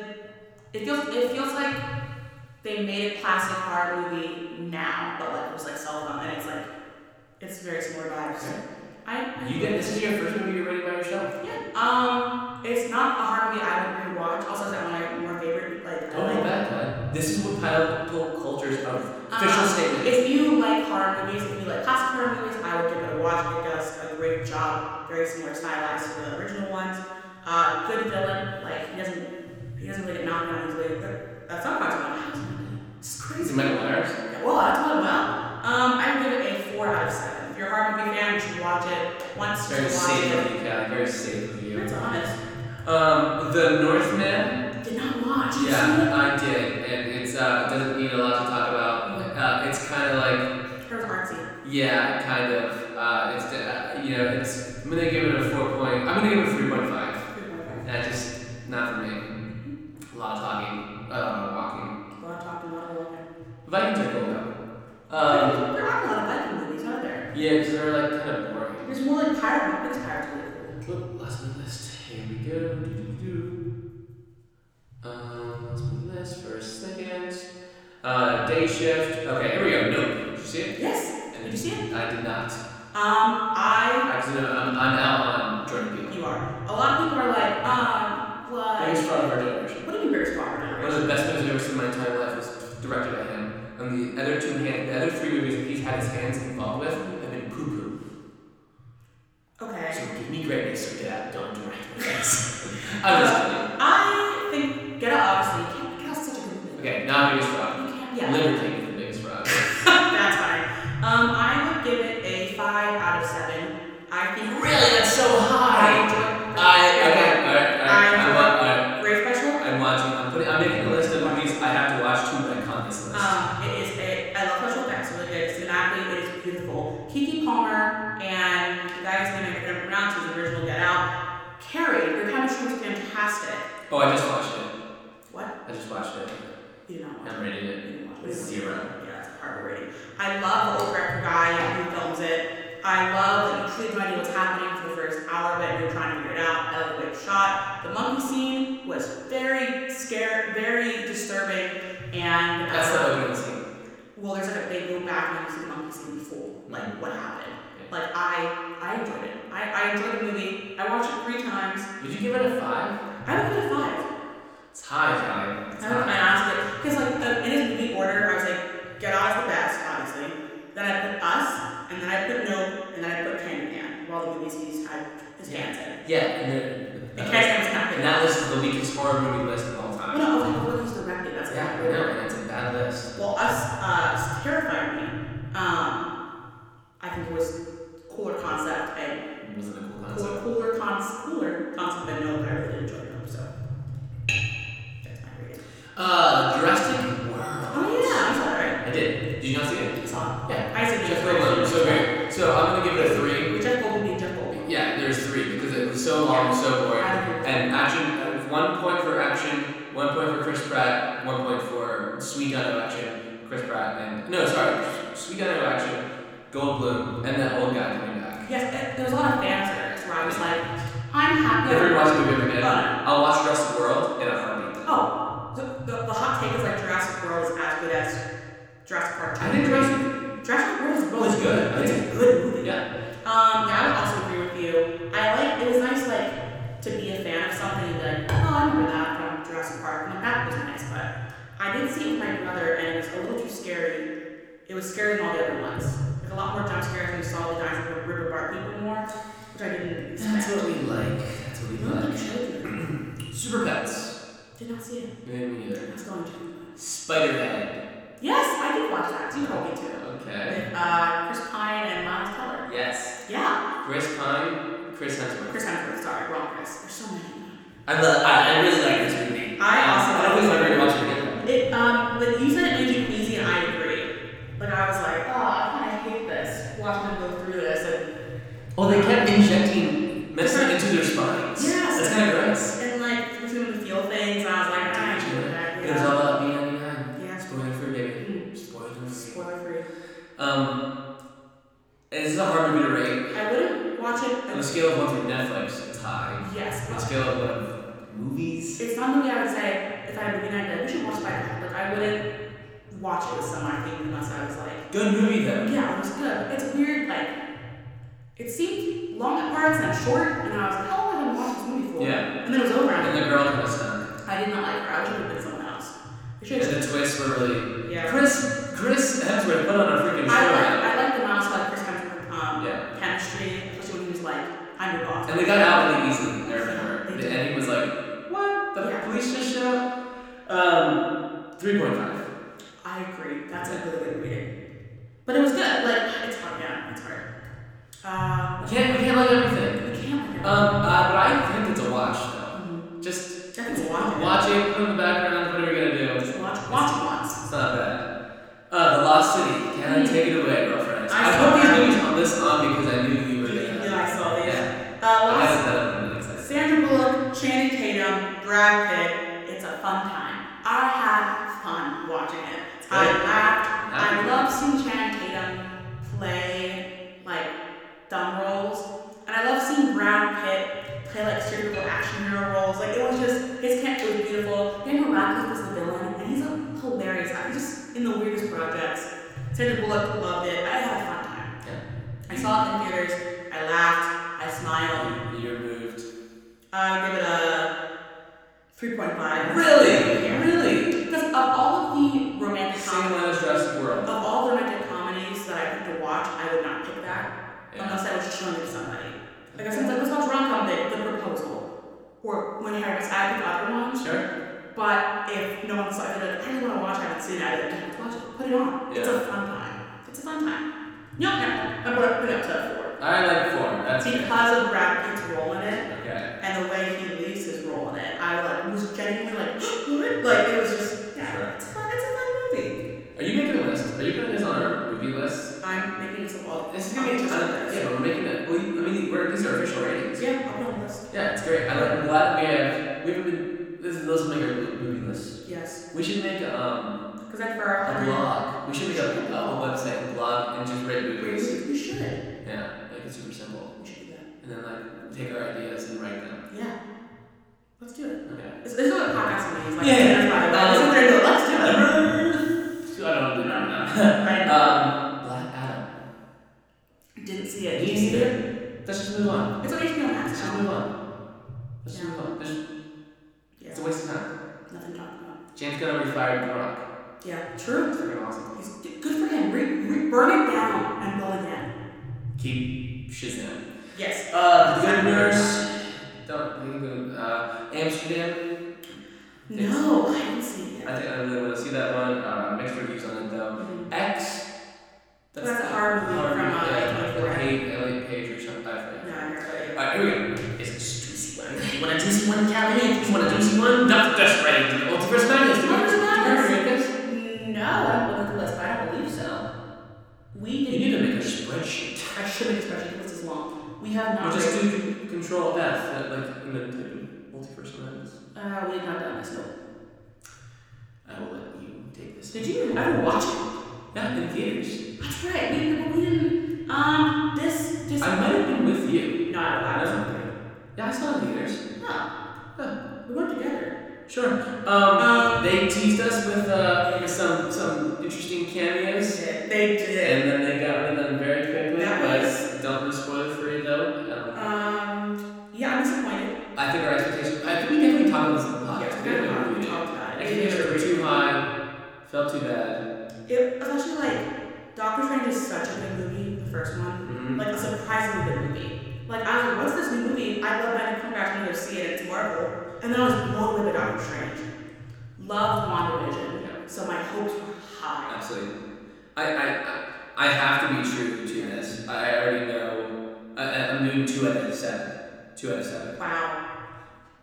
Speaker 2: It feels it feels like they made a classic horror movie now, but like it was like Sullivan, and it's like it's very similar vibes. I I-
Speaker 3: You did. This is your first movie you're rating by yourself.
Speaker 2: Yeah. Um, it's not a horror movie I would rewatch. Also, it's not one of my more favorite. Like, I
Speaker 3: Don't
Speaker 2: like-
Speaker 3: hold back, man. This is what pineapple cultures are.
Speaker 2: Um,
Speaker 3: Official statement.
Speaker 2: If you like horror movies, if you like classic horror movies, I would give it a watch. It does a great job, very similar stylized to the original ones. Uh, good villain, like he doesn't he doesn't really get knocked down easily. That- That's not quite so much. It's
Speaker 3: Is
Speaker 2: crazy.
Speaker 3: it Michael Myers?
Speaker 2: Well, that's done well. Um, I would give it a four out of seven. If you're a horror movie fan, you should watch it once. You
Speaker 3: Very
Speaker 2: should watch
Speaker 3: safe
Speaker 2: it.
Speaker 3: of you, Callie. Very safe of you.
Speaker 2: It's honest.
Speaker 3: Um, The Northman.
Speaker 2: Did not watch. You seen it?
Speaker 3: Yeah, I did, and it's uh doesn't need a lot to talk about. Uh, it's kind of like
Speaker 2: It was artsy.
Speaker 3: yeah, kind of. Uh, it's uh, you know, it's. I'm gonna give it a four point. I'm gonna give it a three point five. That's just not for me. A lot of talking, uh, walking.
Speaker 2: A lot of talking, a lot of walking.
Speaker 3: Vikings are cool though. Um,
Speaker 2: there are a lot of Viking movies, aren't there?
Speaker 3: yeah, because they're like kind of boring.
Speaker 2: There's more like pirate movies, pirate movies.
Speaker 3: Whoop, last minute list. Here we go. Do-do-do. Um, last minute list for a second. Uh, day shift. Okay, here we go. Nope. Did you see it?
Speaker 2: Yes.
Speaker 3: And
Speaker 2: Did you see it?
Speaker 3: I did not.
Speaker 2: Um, I.
Speaker 3: Actually, no, I'm, I'm out on Jordan Peele.
Speaker 2: You are. A lot of people are like, um,
Speaker 3: Biggest
Speaker 2: like.
Speaker 3: fraud of our generation.
Speaker 2: What do you biggest problem?
Speaker 3: One of the best movies I've ever seen in my entire life was directed by him. And the other two, hand, the other three movies that he's had his hands involved with have been poo poo.
Speaker 2: Okay.
Speaker 3: So give me greatness or get out. Don't direct me. I'm just kidding.
Speaker 2: I think Get Out obviously can't get out such a good movie.
Speaker 3: Okay, not biggest fraud.
Speaker 2: You can't. Yeah.
Speaker 3: Liver King is the biggest fraud.
Speaker 2: That's fine. Um, I would give it a five out of seven. I think really that's so high.
Speaker 3: I, okay, alright, alright.
Speaker 2: I-
Speaker 3: I'm, wa- alright.
Speaker 2: Great special.
Speaker 3: I'm watching, I'm putting, I'm making a list of movies I have to watch too, but I can't this list.
Speaker 2: Um, it is a I love special effects really good. It's thematically it is beautiful. Kiki Palmer and the guy's name I couldn't pronounce his original Get Out. Carrie, their chemistry was fantastic.
Speaker 3: Oh, I just watched it.
Speaker 2: What?
Speaker 3: I just watched it.
Speaker 2: You did not watch.
Speaker 3: I'm rating it
Speaker 2: You didn't watch.
Speaker 3: zero.
Speaker 2: Yeah, it's a hard rating. I love the old record guy who films it. I love that you truly have no idea what's happening for the first hour, but you're trying to figure it out. I love the way it's shot. The monkey scene was very scary, very disturbing, and
Speaker 3: That's the
Speaker 2: uh,
Speaker 3: opening scene.
Speaker 2: well, there's like a big go back and you see the monkey scene before,
Speaker 3: Mm-hmm.
Speaker 2: like what happened. Like I, I enjoyed it. I, I enjoyed the movie. I watched it three times.
Speaker 3: Would you give it a five?
Speaker 2: I would give it a five.
Speaker 3: It's high, Callie. It's
Speaker 2: I don't know, I
Speaker 3: high.
Speaker 2: asked it because like the, in his movie order, I was like, Get Out is the best, obviously. Then I put Us, and then I put Nope, and then I put Candyman. Of all the movies he's had his
Speaker 3: Yeah.
Speaker 2: hands in,
Speaker 3: Yeah, and
Speaker 2: and
Speaker 3: then.
Speaker 2: Candyman's not
Speaker 3: And
Speaker 2: good.
Speaker 3: that list is the weakest horror movie list of all
Speaker 2: Well,
Speaker 3: time.
Speaker 2: no, I was like, what was directed? That's
Speaker 3: Yeah, I
Speaker 2: not
Speaker 3: know, and it's a bad list.
Speaker 2: Well, Us uh, terrified me. Um, I think it was cooler concept and
Speaker 3: It wasn't a cool
Speaker 2: cooler,
Speaker 3: concept.
Speaker 2: cooler, cons- cooler concept than Nope. I really enjoyed Nope, so that's my rating.
Speaker 3: Uh, Jurassic World.
Speaker 2: Oh yeah, I saw it. Right?
Speaker 3: I did. Did you not see it?
Speaker 2: I saw it.
Speaker 3: Yeah.
Speaker 2: I said
Speaker 3: Jeff Goldblum. So great. So I'm gonna give it a three.
Speaker 2: Jeff Goldblum being Jeff Goldblum.
Speaker 3: Yeah, there's three because it was so long, so boring. And action, uh, one point for action, one point for Chris Pratt, one point for Sweetano action, Chris Pratt, and no, sorry, Sweetano action, Goldblum, and that old guy coming back.
Speaker 2: Yes, it- there was a lot of fan service where I was like, I'm happy.
Speaker 3: Every watch movie every minute.
Speaker 2: But-
Speaker 3: I'll watch Rest of the World in a heartbeat.
Speaker 2: oh, the, the, the hot take is like Jurassic World is as good as Jurassic Park.
Speaker 3: I think Jurassic
Speaker 2: Jurassic World is
Speaker 3: World is good. I
Speaker 2: It's
Speaker 3: think,
Speaker 2: a good movie.
Speaker 3: yeah.
Speaker 2: Um, yeah, I would also agree with you. I like it was nice like to be a fan of something and be like, oh, I remember that from Jurassic Park. And that was nice, but I did see it with my brother and it was a little too scary. It was scarier than all the other ones. Like a lot more jump scares when you saw the guys rip rip apart people more, which I didn't expect.
Speaker 3: That's what we like. That's what we
Speaker 2: Not
Speaker 3: like.
Speaker 2: children.
Speaker 3: Super Pets.
Speaker 2: Did not see it.
Speaker 3: Maybe me either.
Speaker 2: It's going to.
Speaker 3: Spider Man.
Speaker 2: Yes, I did watch that. You told me to.
Speaker 3: Okay.
Speaker 2: With uh, Chris Pine and Miles Teller.
Speaker 3: Yes.
Speaker 2: Yeah.
Speaker 3: Chris Pine. Chris Hemsworth.
Speaker 2: Chris Hemsworth. Sorry, wrong Chris. There's so many.
Speaker 3: I love. I, I really like this movie. Um,
Speaker 2: I also
Speaker 3: I always
Speaker 2: like
Speaker 3: remember
Speaker 2: it.
Speaker 3: watching it.
Speaker 2: It um, but you said it made you queasy, and I agree. Like I was like, oh, I kind of hate this. Watching them go through this, and,
Speaker 3: Well, Oh, they kept injecting medicine into their spines.
Speaker 2: Yes.
Speaker 3: that's kind of gross.
Speaker 2: and like between them to feel things, and I was like, I hate that.
Speaker 3: It was
Speaker 2: Yeah.
Speaker 3: all about B99.
Speaker 2: yeah.
Speaker 3: Spoiler free, baby.
Speaker 2: Mm.
Speaker 3: Spoiler free.
Speaker 2: Spoiler free.
Speaker 3: Um, this is a hard movie to rate.
Speaker 2: I wouldn't watch it.
Speaker 3: On a scale of one through Netflix, it's high.
Speaker 2: yes,
Speaker 3: On a scale of one of movies,
Speaker 2: It's not something I would say if I had a movie night, I'd be like, we should watch Spider Man. Like, I wouldn't watch it with someone, I think, unless I was like,
Speaker 3: good movie though.
Speaker 2: yeah, it was good. It's weird, like, it seemed long at parts and short, and I was like, how long have I watched this movie for?
Speaker 3: Yeah.
Speaker 2: And then it was over, and
Speaker 3: And the girl kind of stunk.
Speaker 2: I did not like her. I wish it would have been someone else. We should
Speaker 3: And
Speaker 2: have.
Speaker 3: the twists were really.
Speaker 2: Yeah.
Speaker 3: Chris Chris Hemsworth put on a freaking
Speaker 2: I
Speaker 3: show.
Speaker 2: like, I like the mouse, like, Chris Hemsworth, um,
Speaker 3: Yeah.
Speaker 2: chemistry, especially when he was like, I'm your boss.
Speaker 3: And they got out really easily, I remember. The ending was like, what? The
Speaker 2: Yeah.
Speaker 3: police just showed up? Um, 3.5.
Speaker 2: I agree. That's a really good reading. But it was good. Like, it's hard, yeah, it's hard. Uh,
Speaker 3: We can't, we can't like everything.
Speaker 2: we
Speaker 3: Um,
Speaker 2: can't
Speaker 3: uh, but I think it's a watch, though.
Speaker 2: Mm-hmm.
Speaker 3: Just
Speaker 2: Definitely watch it.
Speaker 3: watch it, put it in the background, whatever you're gonna do.
Speaker 2: Just watch, watch it once.
Speaker 3: It's not bad. Uh, The Lost City. Can I take it away, girlfriend?
Speaker 2: Mm. I
Speaker 3: I
Speaker 2: saw
Speaker 3: put these
Speaker 2: that.
Speaker 3: movies on this on because I knew you were gonna.
Speaker 2: Yeah, I saw these.
Speaker 3: Yeah.
Speaker 2: Uh,
Speaker 3: I
Speaker 2: last,
Speaker 3: haven't done it in the next time.
Speaker 2: Sandra Bullock, Channing Tatum, Brad Pitt. It's a fun time. I had fun watching it. I
Speaker 3: Good.
Speaker 2: laughed.
Speaker 3: Happy
Speaker 2: I
Speaker 3: to.
Speaker 2: love seeing Channing Tatum play like dumb roles, and I love seeing Brad Pitt saw it in theaters. I laughed. I smiled.
Speaker 3: You're moved. Uh,
Speaker 2: I give it a 3.5.
Speaker 3: Really?
Speaker 2: Yeah.
Speaker 3: Really?
Speaker 2: Because of all of the romantic
Speaker 3: Same
Speaker 2: comedies,
Speaker 3: one as Jurassic
Speaker 2: of
Speaker 3: World.
Speaker 2: all the romantic comedies that I could watch, I would not pick that unless I was showing it to somebody. Like I said, like, let's watch rom com, the, the proposal, or when Harry Met I pick other ones.
Speaker 3: Sure.
Speaker 2: But if no one saw it, they're like, I just want to watch. I haven't seen it. I didn't have to watch it. Put it on. It's a fun time. It's a fun time. No, no, I put it put it up to a four.
Speaker 3: I like four. That's it.
Speaker 2: Because of Brad Pitt's role in it
Speaker 3: Okay.
Speaker 2: and the way he leaves his role in it, I like was genuinely like, what? Like it was just, yeah,
Speaker 3: Sure.
Speaker 2: it's fun. It's a fun movie.
Speaker 3: Are you making a list? Are you putting this on our movie list?
Speaker 2: I'm making this a all.
Speaker 3: This is gonna be a ton of yeah. We're making it. Well, I mean, we're, these are official ratings.
Speaker 2: Yeah, I'll put it on the list.
Speaker 3: Yeah, it's great. I like, I'm glad we have. We haven't been. This is let's make our movie list.
Speaker 2: Yes,
Speaker 3: We should make um
Speaker 2: because I'm for
Speaker 3: a
Speaker 2: a
Speaker 3: blog. We should make a, a website, a blog, and just rate
Speaker 2: We
Speaker 3: movies.
Speaker 2: we should.
Speaker 3: Yeah, like it's super simple.
Speaker 2: We should do that.
Speaker 3: And then like take our ideas and write them.
Speaker 2: Yeah. Let's do it.
Speaker 3: Okay.
Speaker 2: This, this is what podcasting is like.
Speaker 3: Yeah, yeah,
Speaker 2: This is what they're doing. Let's do it.
Speaker 3: I don't know. um, Black Adam.
Speaker 2: Didn't see it.
Speaker 3: Didn't see it. Let's just move on.
Speaker 2: It's on HBO Max
Speaker 3: Let's just
Speaker 2: now.
Speaker 3: move on. Let's just
Speaker 2: Yeah.
Speaker 3: move on. There's,
Speaker 2: Yeah.
Speaker 3: It's a waste of time.
Speaker 2: Nothing to talk about.
Speaker 3: James Gunn already fired The Rock.
Speaker 2: Yeah. True.
Speaker 3: That's freaking awesome.
Speaker 2: He's good for him. Re, re, burn it down and go again.
Speaker 3: Keep Shazam.
Speaker 2: Yes.
Speaker 3: Uh, The Good Nurse. Don't. we can go, Uh, Amsterdam.
Speaker 2: No, I haven't seen it.
Speaker 3: I think I really want to see that one. Uh, mixed reviews on it though.
Speaker 2: Mhm.
Speaker 3: X.
Speaker 2: That's a horror movie
Speaker 3: horror
Speaker 2: from,
Speaker 3: movie,
Speaker 2: uh,
Speaker 3: yeah,
Speaker 2: like,
Speaker 3: like Page, Elliot Page or something. I forget.
Speaker 2: No, I never heard of it.
Speaker 3: Alright, here we go. It's a juicy one. You want a juicy one, Calvin? You want a juicy one? Not just right into the Multiverse Madness. Do you remember-
Speaker 2: Multiverse
Speaker 3: do you remember this?
Speaker 2: No, I don't look at the list, but I don't believe so. We
Speaker 3: You
Speaker 2: did.
Speaker 3: need to make a spreadsheet.
Speaker 2: I should make a spreadsheet because it's long. We have
Speaker 3: Or
Speaker 2: not.
Speaker 3: just do con- Control F, uh, like in the type of Multiverse Madness.
Speaker 2: uh, we have not done this. No.
Speaker 3: I will let you take this.
Speaker 2: Did you ever watch it?
Speaker 3: Yeah, in theaters.
Speaker 2: That's right. We, but we didn't. Um, this just.
Speaker 3: I might have been with you.
Speaker 2: No, I was.
Speaker 3: Yeah, I saw it in theaters.
Speaker 2: Huh.
Speaker 3: Huh.
Speaker 2: We worked together.
Speaker 3: Sure. Um, they teased us with uh, with some some interesting cameos.
Speaker 2: They did.
Speaker 3: And then they got rid of them very quickly.
Speaker 2: That
Speaker 3: but
Speaker 2: was- Uh,
Speaker 3: don't want to spoil it for you though. Um,
Speaker 2: Um, yeah, I'm disappointed.
Speaker 3: I think our expectations. I think we definitely talked about this in the podcast.
Speaker 2: we
Speaker 3: didn't
Speaker 2: haven't
Speaker 3: we?
Speaker 2: talked about it.
Speaker 3: Expectations were too high. Felt too bad.
Speaker 2: It was actually like Doctor Strange is such a good movie, the first one.
Speaker 3: Mhm.
Speaker 2: Like a surprisingly good movie. Like I was like, what's this new movie? I love that I come back and go see it. It's Marvel. And then I was blown away by Doctor Strange. Love WandaVision.
Speaker 3: Yeah.
Speaker 2: So my hopes were high.
Speaker 3: Absolutely. I, I I- I have to be true to this. I I already know. I, I- I'm doing two out of seven. Two out of seven.
Speaker 2: Wow.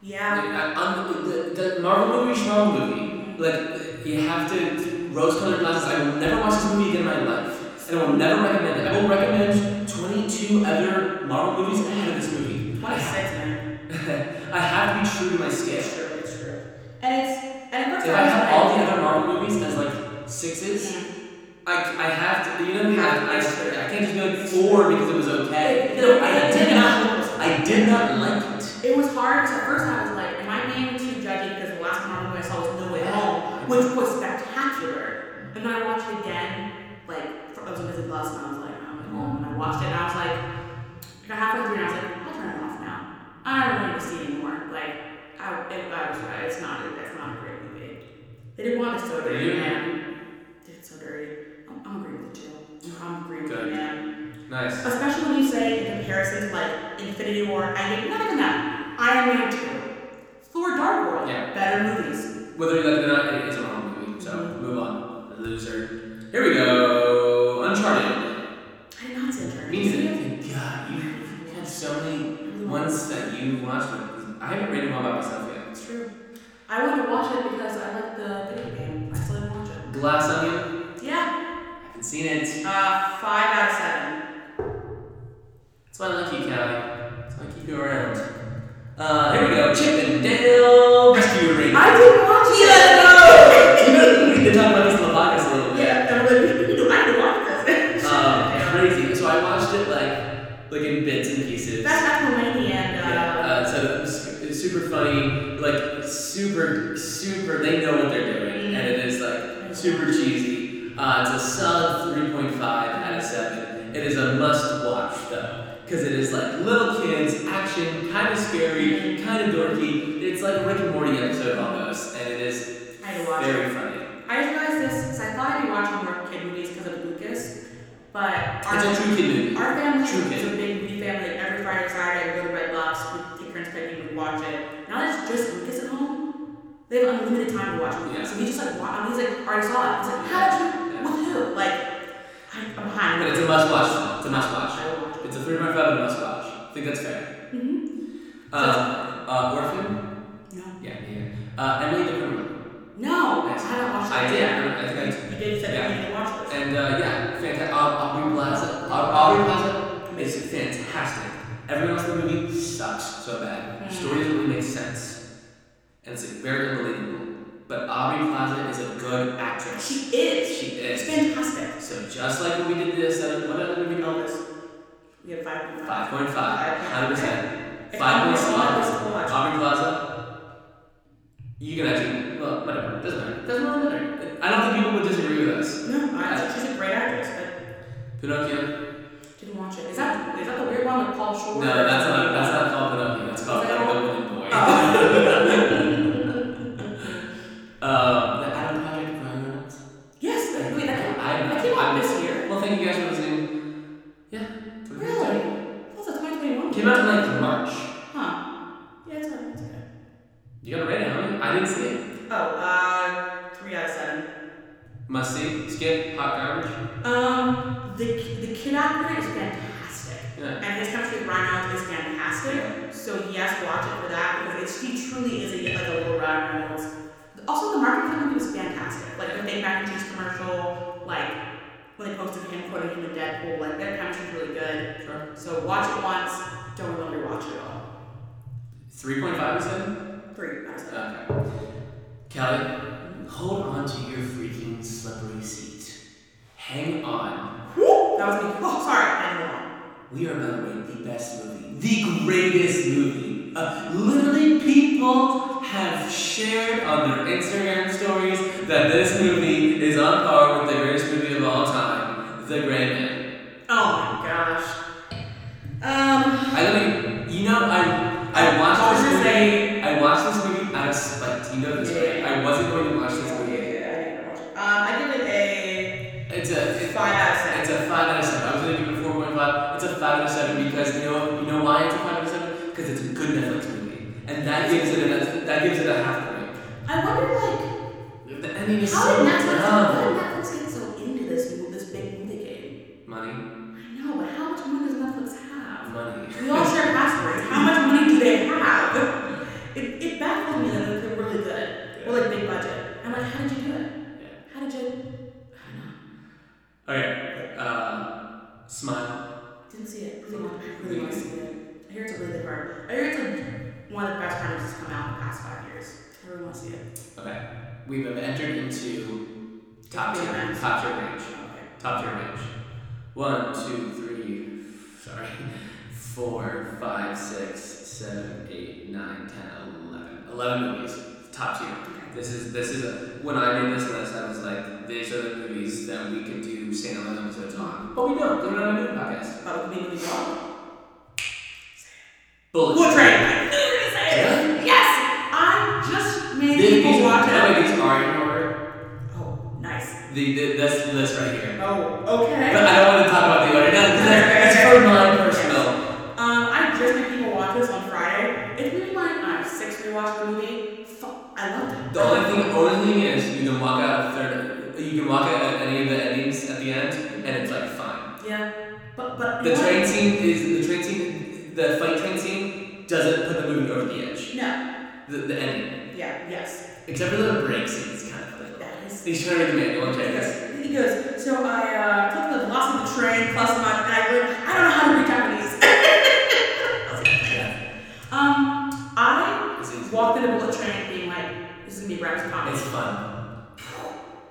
Speaker 2: Yeah.
Speaker 3: I, I'm, the, the Marvel movie, Marvel movie. Like you have to rose-colored glasses. I will never watch this movie again in my life, and I will never recommend it. I will recommend 22 other Marvel movies ahead of this movie. I
Speaker 2: 26
Speaker 3: ha-
Speaker 2: man.
Speaker 3: I have to be true to my scale.
Speaker 2: It's true, it's true. And it's and at
Speaker 3: If
Speaker 2: first
Speaker 3: I
Speaker 2: I was
Speaker 3: have
Speaker 2: like,
Speaker 3: all the other Marvel movies as like sixes, I, I have to. You know, I, I, I can't just be like four because it was okay. No, I did not. I did not like it.
Speaker 2: It was hard because at first I was like, am I being too judgy because the last Marvel movie I saw was No Way Home, which was spectacular. And then I watched it again, like, for, I was visited last and I was like, I'm at home. And I watched it and I was like, I got halfway through and I was like, I'll turn it off now. I don't really need to see anymore. Like, I, it, I was right. It's not, it's not a great movie. They didn't want us so dirty,
Speaker 3: Yeah.
Speaker 2: man. They did so dirty. I'm, I'm agreeing with you. I'm agreeing with
Speaker 3: Good.
Speaker 2: you, man.
Speaker 3: Nice.
Speaker 2: Especially when you say in comparison to like Infinity War, I get not even that. Iron Man 2, Thor Dark World,
Speaker 3: Yeah.
Speaker 2: better movies.
Speaker 3: Whether you like it or not, it is a wrong movie. So
Speaker 2: Mm-hmm.
Speaker 3: move on, loser. Here we go. Uncharted.
Speaker 2: I did not see Uncharted.
Speaker 3: Me too. God, you you had so many ones that you watched. but I haven't rated them all by myself yet.
Speaker 2: It's true. I want to watch it because I like the video game. I still didn't watch it.
Speaker 3: Glass Onion.
Speaker 2: Yeah.
Speaker 3: I haven't seen it.
Speaker 2: Uh, five out of seven.
Speaker 3: That's why I like you, Callie. That's why I keep you around. Uh, here we go. Chip and Dale Rescue Rangers.
Speaker 2: I did watch it.
Speaker 3: we need to talk about this in the podcast a little bit.
Speaker 2: Yeah. I'm like, we need to- I need to watch this.
Speaker 3: Um, crazy. So I watched it like, like in bits and pieces.
Speaker 2: That's Aquamania and uh,
Speaker 3: Yeah, uh, so it's it's super funny, like super, super. They know what they're doing, and
Speaker 2: Mm-hmm.
Speaker 3: it is like super cheesy. Uh, it's a sub 3.5 out of 7. It is a must watch. because it is like little kids, action, kind of scary, kind of dorky. It's like a Rick and Morty episode almost, and it is
Speaker 2: I had to watch
Speaker 3: very
Speaker 2: it.
Speaker 3: funny.
Speaker 2: I just realized this because I thought I'd be watching more kid movies because of Lucas, but our,
Speaker 3: It's a true kid movie.
Speaker 2: our family
Speaker 3: true
Speaker 2: is
Speaker 3: kid.
Speaker 2: a big movie family. and Every Friday, Saturday, I go to Red Box. We take turns picking, we watch it. Now that it's just Lucas at home, they have unlimited time to watch movies.
Speaker 3: Yeah.
Speaker 2: So we just like watch. and He's like, already saw it. He's like, how did you?
Speaker 3: Yeah.
Speaker 2: With who? Like, I, I'm behind.
Speaker 3: But it's a must watch. It's a must watch.
Speaker 2: I will watch it.
Speaker 3: It's a 3.5 and a must watch. I think that's fair.
Speaker 2: Mm-hmm.
Speaker 3: Uh, uh, Orphan?
Speaker 2: No.
Speaker 3: Yeah, yeah. Uh, Emily the Criminal.
Speaker 2: No, I
Speaker 3: Nice.
Speaker 2: haven't watched it.
Speaker 3: I did. I think I did.
Speaker 2: You did say
Speaker 3: Yeah.
Speaker 2: that you need to watch this.
Speaker 3: And uh, yeah, fantastic. Aubrey Plaza. Au- Aubrey Plaza is fantastic. Everyone else in the movie sucks so bad. The Story doesn't really make sense, and it's like, very unbelievable. But Aubrey Plaza is a good actress.
Speaker 2: She is.
Speaker 3: She
Speaker 2: It's
Speaker 3: is.
Speaker 2: fantastic.
Speaker 3: So just like when we did this, uh, what other movie called this?
Speaker 2: We have five people.
Speaker 3: Five point five. Hundred percent.
Speaker 2: If
Speaker 3: Five
Speaker 2: I'm
Speaker 3: point
Speaker 2: watching
Speaker 3: five.
Speaker 2: this, I'll watch it.
Speaker 3: Aubrey Plaza. You can actually well whatever doesn't matter doesn't really matter. I don't think people would disagree with us.
Speaker 2: No, I, she's a great actress,
Speaker 3: Pinocchio.
Speaker 2: but didn't watch it. Is that is that the weird one with Paul Schwartz?
Speaker 3: No, that's not that's not called Pinocchio. That's called
Speaker 2: Is that-
Speaker 3: like the Wooden Boy.
Speaker 2: Oh.
Speaker 3: Um, the Adam Project Chronos.
Speaker 2: yes, that, wait, that came,
Speaker 3: I-
Speaker 2: that came out this year.
Speaker 3: Well, thank you guys for listening. Yeah.
Speaker 2: Really? That was a 2021.
Speaker 3: Came out in like March.
Speaker 2: Huh. Yeah, it's good. It's good.
Speaker 3: You got it right now. I didn't see it.
Speaker 2: Oh, uh, three out of seven.
Speaker 3: Must see. Skip. Hot garbage.
Speaker 2: Um, the the kid actor is fantastic,
Speaker 3: Yeah.
Speaker 2: and his chemistry with Ryan Reynolds is fantastic. So yes, watch it for that because it's, he truly is a, like a little Ryan Reynolds. Also, the marketing for the movie was fantastic. Like the fake mac and cheese commercial, like when they posted him quoting him in Deadpool, like their chemistry's really good.
Speaker 3: Sure.
Speaker 2: So watch it once, don't remember to watch it at all.
Speaker 3: Three point five percent.
Speaker 2: Three, that's it.
Speaker 3: Okay. Kelly, hold on to your freaking slippery seat. Hang on.
Speaker 2: Woo! That was me. Oh, sorry, I didn't know.
Speaker 3: We are about to rate the best movie, the greatest movie. Uh, literally, people have shared on their Instagram stories that this movie is on par with the greatest movie of all time, The Gray Man.
Speaker 2: Oh my gosh. Um,
Speaker 3: I don't even, you know, I I
Speaker 2: I was
Speaker 3: watched this
Speaker 2: gonna
Speaker 3: movie.
Speaker 2: say-
Speaker 3: I watched this movie out of spite. You know this, right? I wasn't going to watch this
Speaker 2: yeah,
Speaker 3: movie.
Speaker 2: yeah, I didn't watch it. Um, I give it a
Speaker 3: It's a it's,
Speaker 2: five out of seven.
Speaker 3: It's a five out of seven. I was gonna give it a four point five. It's a five out of seven because you know you know why it's a five out of seven? Because it's a good Netflix movie, and that gives it a that gives it a half point.
Speaker 2: I wonder, like,
Speaker 3: The ending is
Speaker 2: how
Speaker 3: so
Speaker 2: did Netflix, how
Speaker 3: dumb.
Speaker 2: did Netflix get so into this this big movie game?
Speaker 3: Money,
Speaker 2: I know, but how much money does Netflix have?
Speaker 3: money.
Speaker 2: We all share passwords. How much money do they have? It, it baffled me that they're really good. Well, like big budget. I'm like, how did you do it?
Speaker 3: Yeah.
Speaker 2: How did you?
Speaker 3: Okay. Uh, smile.
Speaker 2: Didn't see it. Really want, I really want to see it. I hear it's a really good part. I hear it's like one of the best times to come out in the past five years. I really want to see it.
Speaker 3: Okay. We've entered into top tier,
Speaker 2: Range.
Speaker 3: top tier range,
Speaker 2: Okay.
Speaker 3: top tier range. One, two, three. Sorry. Four, five, six, seven, eight, nine, ten, eleven. Eleven movies. Top tier. This is this is a, when I made this list. I was like, these are the movies that we could do standalone episodes on, but we don't. They're not on a movie podcast.
Speaker 2: That would be really good.
Speaker 3: Bullet.
Speaker 2: What train? I literally said it. Yes! I just made
Speaker 3: These, these,
Speaker 2: people watch
Speaker 3: by the
Speaker 2: it.
Speaker 3: way, these are in order.
Speaker 2: Oh, nice.
Speaker 3: The, the, this list right here.
Speaker 2: Oh, okay.
Speaker 3: But I don't want to talk about the order. No, that's, that's for my personal.
Speaker 2: Um, I just made people watch this on Friday. It's maybe my uh, sixth rewatch of the movie. Fuck, I loved it.
Speaker 3: The only thing, only thing is, you can walk out third. You can walk out at any of the endings at the end, and it's like fine.
Speaker 2: Yeah, but but
Speaker 3: The train scene is the train scene. The fight train scene doesn't put the movie over the edge.
Speaker 2: No.
Speaker 3: The, the ending,
Speaker 2: Yeah. Yes.
Speaker 3: except for the break scene, is kind of funny.
Speaker 2: That is
Speaker 3: He's trying to make the man go on train.
Speaker 2: Yes. He goes, so I uh, took the loss of the train plus my and I learned, I don't know how to read Japanese.
Speaker 3: Yeah,
Speaker 2: um, I
Speaker 3: it's easy.
Speaker 2: walked in a bullet train being like, this is gonna be Rex
Speaker 3: It's
Speaker 2: comics.
Speaker 3: fun.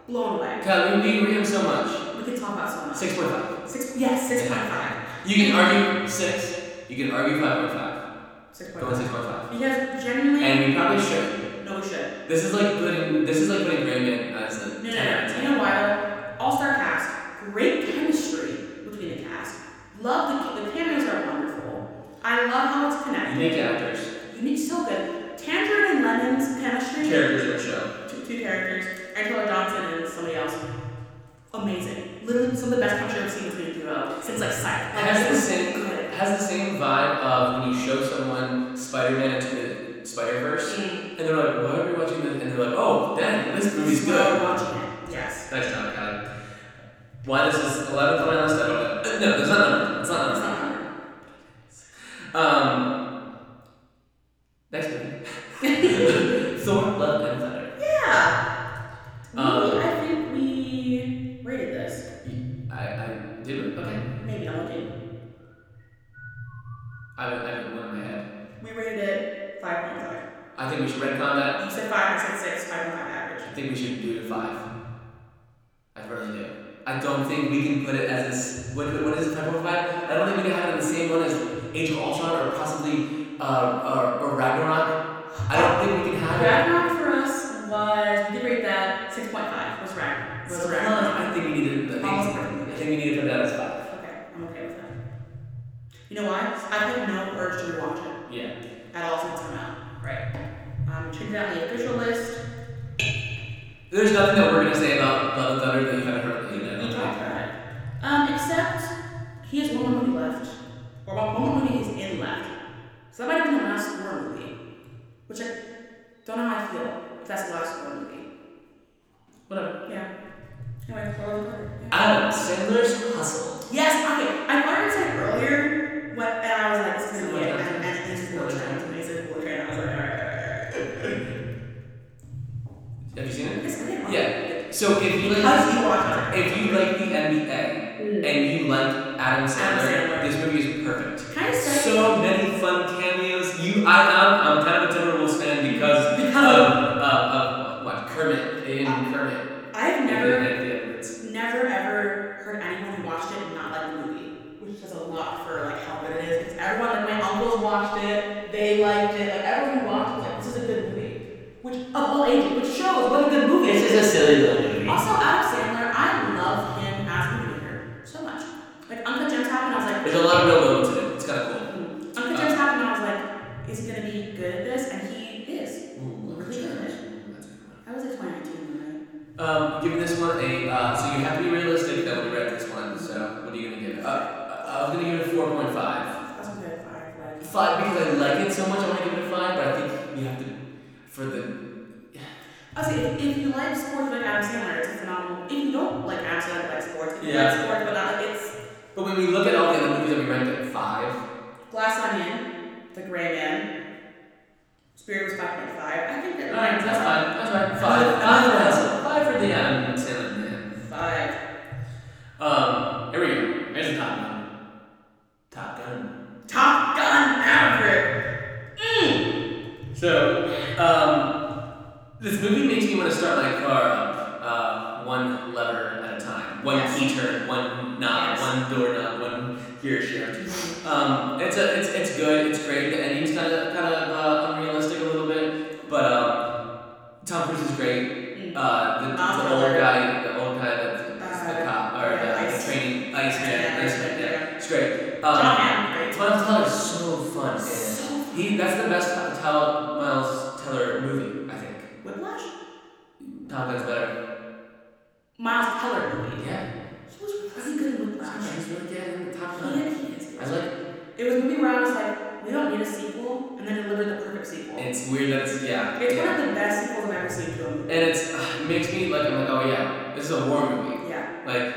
Speaker 2: Blown away.
Speaker 3: God, we we him so much.
Speaker 2: We could talk about so much.
Speaker 3: Six point five.
Speaker 2: Six, yes, 6.5.
Speaker 3: You can argue six. You can argue five point five. Go on
Speaker 2: 6.5.
Speaker 3: six point five.
Speaker 2: Because genuinely,
Speaker 3: And we probably should.
Speaker 2: no shit.
Speaker 3: This is like putting this is like putting Gray Man as a
Speaker 2: No,
Speaker 3: 10
Speaker 2: no,
Speaker 3: out of
Speaker 2: no. You
Speaker 3: 10.
Speaker 2: know why? All star cast, great chemistry between the cast. Love the the cameos are wonderful. I love how it's connected.
Speaker 3: Unique actors,
Speaker 2: Unique, so good. Tangerine and Lemon's chemistry.
Speaker 3: characters in the show.
Speaker 2: Two, two characters. Angela Johnson and somebody else. Amazing. Literally some of the best chemistry I've seen between the duo since like Psych. Like,
Speaker 3: Has the
Speaker 2: it's
Speaker 3: same-
Speaker 2: good.
Speaker 3: It has the same vibe of when you show someone Spider-Man into the Spider-Verse,
Speaker 2: Mm.
Speaker 3: and they're like, "Why are we watching this?" And they're like, "Oh, dang, this movie's
Speaker 2: We're
Speaker 3: good."
Speaker 2: Watching it. Yes.
Speaker 3: Nice job, Kylie. Why this is eleventh on my list? I don't know. Uh, No, it's not. It's not.
Speaker 2: It's
Speaker 3: It's not.
Speaker 2: not hard.
Speaker 3: Um, next movie. Thor, Love and Thunder.
Speaker 2: Yeah. We,
Speaker 3: Um,
Speaker 2: I think we rated this.
Speaker 3: I, I did okay.
Speaker 2: Maybe I'll do.
Speaker 3: I have I have one in my head.
Speaker 2: We rated it 5.5.
Speaker 3: I think we should retcon that.
Speaker 2: You said 5, I said 6, 5.5 average.
Speaker 3: I think we should do it at five. I really do. I don't think we can put it as this. What, what is it? Five point five. I don't think we can have it in the same one as Age of Ultron or possibly uh, or, or Ragnarok. I don't think we can have it.
Speaker 2: Ragnarok for us was, we did rate that 6.5 was Ragnarok. Was
Speaker 3: So,
Speaker 2: Ragnarok.
Speaker 3: I think we need to. I
Speaker 2: Almost
Speaker 3: think,
Speaker 2: perfect
Speaker 3: I
Speaker 2: movie.
Speaker 3: think we need to put that as five.
Speaker 2: Okay, I'm okay with that. You know why? I had no urge to watch it
Speaker 3: Yeah.
Speaker 2: at all since I'm out. Right. Um, check it out on the official list.
Speaker 3: There's nothing that we're gonna say about Love and Thunder that you haven't heard. You know,
Speaker 2: We talked about it. Um, except he has one more movie left. Or one more movie he's in left. So that might have been the last war movie. Which I don't know how I feel if that's the last war movie.
Speaker 3: Whatever.
Speaker 2: Yeah. Anyway, Laurel and Hardy, yeah.
Speaker 3: Adam Sandler's Hustle.
Speaker 2: Yes, okay. I wanted to say earlier, what, and I was like, this is it. And, and this is the trend. And they said, War Train. I was like, alright, alright, alright.
Speaker 3: Have you seen it?
Speaker 2: Yes, I did.
Speaker 3: Yeah. So if you
Speaker 2: How
Speaker 3: like,
Speaker 2: did you watch it?
Speaker 3: if you like the NBA and you like Adam Sandler,
Speaker 2: Sandler.
Speaker 3: this movie is perfect.
Speaker 2: Can I say?
Speaker 3: So many fun cameos. You, I, I'm, I'm kind of a Timberwolves fan because of,
Speaker 2: because
Speaker 3: of, of what Kermit and Kermit.
Speaker 2: I've never,
Speaker 3: and the Edwards.
Speaker 2: never ever heard anyone who watched it and not like the movie, which says a lot for like how good it is. Because everyone, like my uncles watched it, they liked it. Like everyone who watched it was like, this is a good movie. Which of all ages, which shows what a good movie
Speaker 5: This
Speaker 2: it
Speaker 5: is a silly little movie.
Speaker 2: Also, Adam Sandler, I love him as a leader so much. Like Uncle Jim's happened, I was like, "Mm-hmm."
Speaker 3: There's a lot of real moments in it. It's kind of cool.
Speaker 2: Uncle Jim's happened, I was like, is he gonna be good at this? And he is. That was a 2019, right?
Speaker 3: Um, giving this one a uh, so you have to be realistic that we read this one. So what are you gonna give it? Uh, I I was gonna give it a four point five.
Speaker 2: That's a good five. Like,
Speaker 3: Five because I like it so much. I want to give it a five, but I think you have to for the
Speaker 2: I was like, if, if you like sports like Adam Sandler, it's a phenomenal. If you don't like Adam Sandler, like sports, if you like
Speaker 3: Yeah.
Speaker 2: sports, but not like it's
Speaker 3: But when we look at all the other movies that we ranked at five,
Speaker 2: Glass Onion, The Gray Man, Spirit was five point five. I think that
Speaker 3: alright, that's fine. That's right. Five. Five for the hustle. Five for the Adam Sandler man.
Speaker 2: Five.
Speaker 3: Um, here we go. Here's the top gun. Top gun.
Speaker 2: Top Gun Maverick. Mm.
Speaker 3: So, um, this movie makes me want to start my car up uh, one lever at a time, one
Speaker 2: Yes.
Speaker 3: key turn, one knob,
Speaker 2: Yes.
Speaker 3: one door knob, one gear shift. Um, it's a, it's, it's good, it's great. The ending's kind of kind of uh, unrealistic a little bit, but um, Tom Cruise is great.
Speaker 2: Mm.
Speaker 3: Uh, the, the
Speaker 2: Oscar.
Speaker 3: old guy, the old guy that's the
Speaker 2: Uh,
Speaker 3: cop or
Speaker 2: yeah,
Speaker 3: the,
Speaker 2: Ice.
Speaker 3: the training ice man,
Speaker 2: Yeah,
Speaker 3: ice
Speaker 2: Ice
Speaker 3: man,
Speaker 2: Man,
Speaker 3: yeah,
Speaker 2: yeah.
Speaker 3: it's great.
Speaker 2: John
Speaker 3: Um,
Speaker 2: Maverick.
Speaker 3: Miles Teller is so fun. in it.
Speaker 2: So
Speaker 3: He that's the best Tom- Tell Miles Teller movie, I think.
Speaker 2: Whiplash.
Speaker 3: Top Gun's better.
Speaker 2: Miles Teller movie.
Speaker 3: Yeah.
Speaker 2: He was really good in Whiplash.
Speaker 3: He's really good in Top
Speaker 2: He
Speaker 3: Gun.
Speaker 2: is- he is.
Speaker 3: I like
Speaker 2: It was a movie where I was like, we don't need a sequel, and then delivered the perfect sequel.
Speaker 3: it's weird that it's yeah.
Speaker 2: It's one
Speaker 3: yeah.
Speaker 2: of the best sequels I've ever seen to a movie.
Speaker 3: And it's uh, it makes me like I'm like, oh yeah, this is a war movie.
Speaker 2: Yeah.
Speaker 3: Like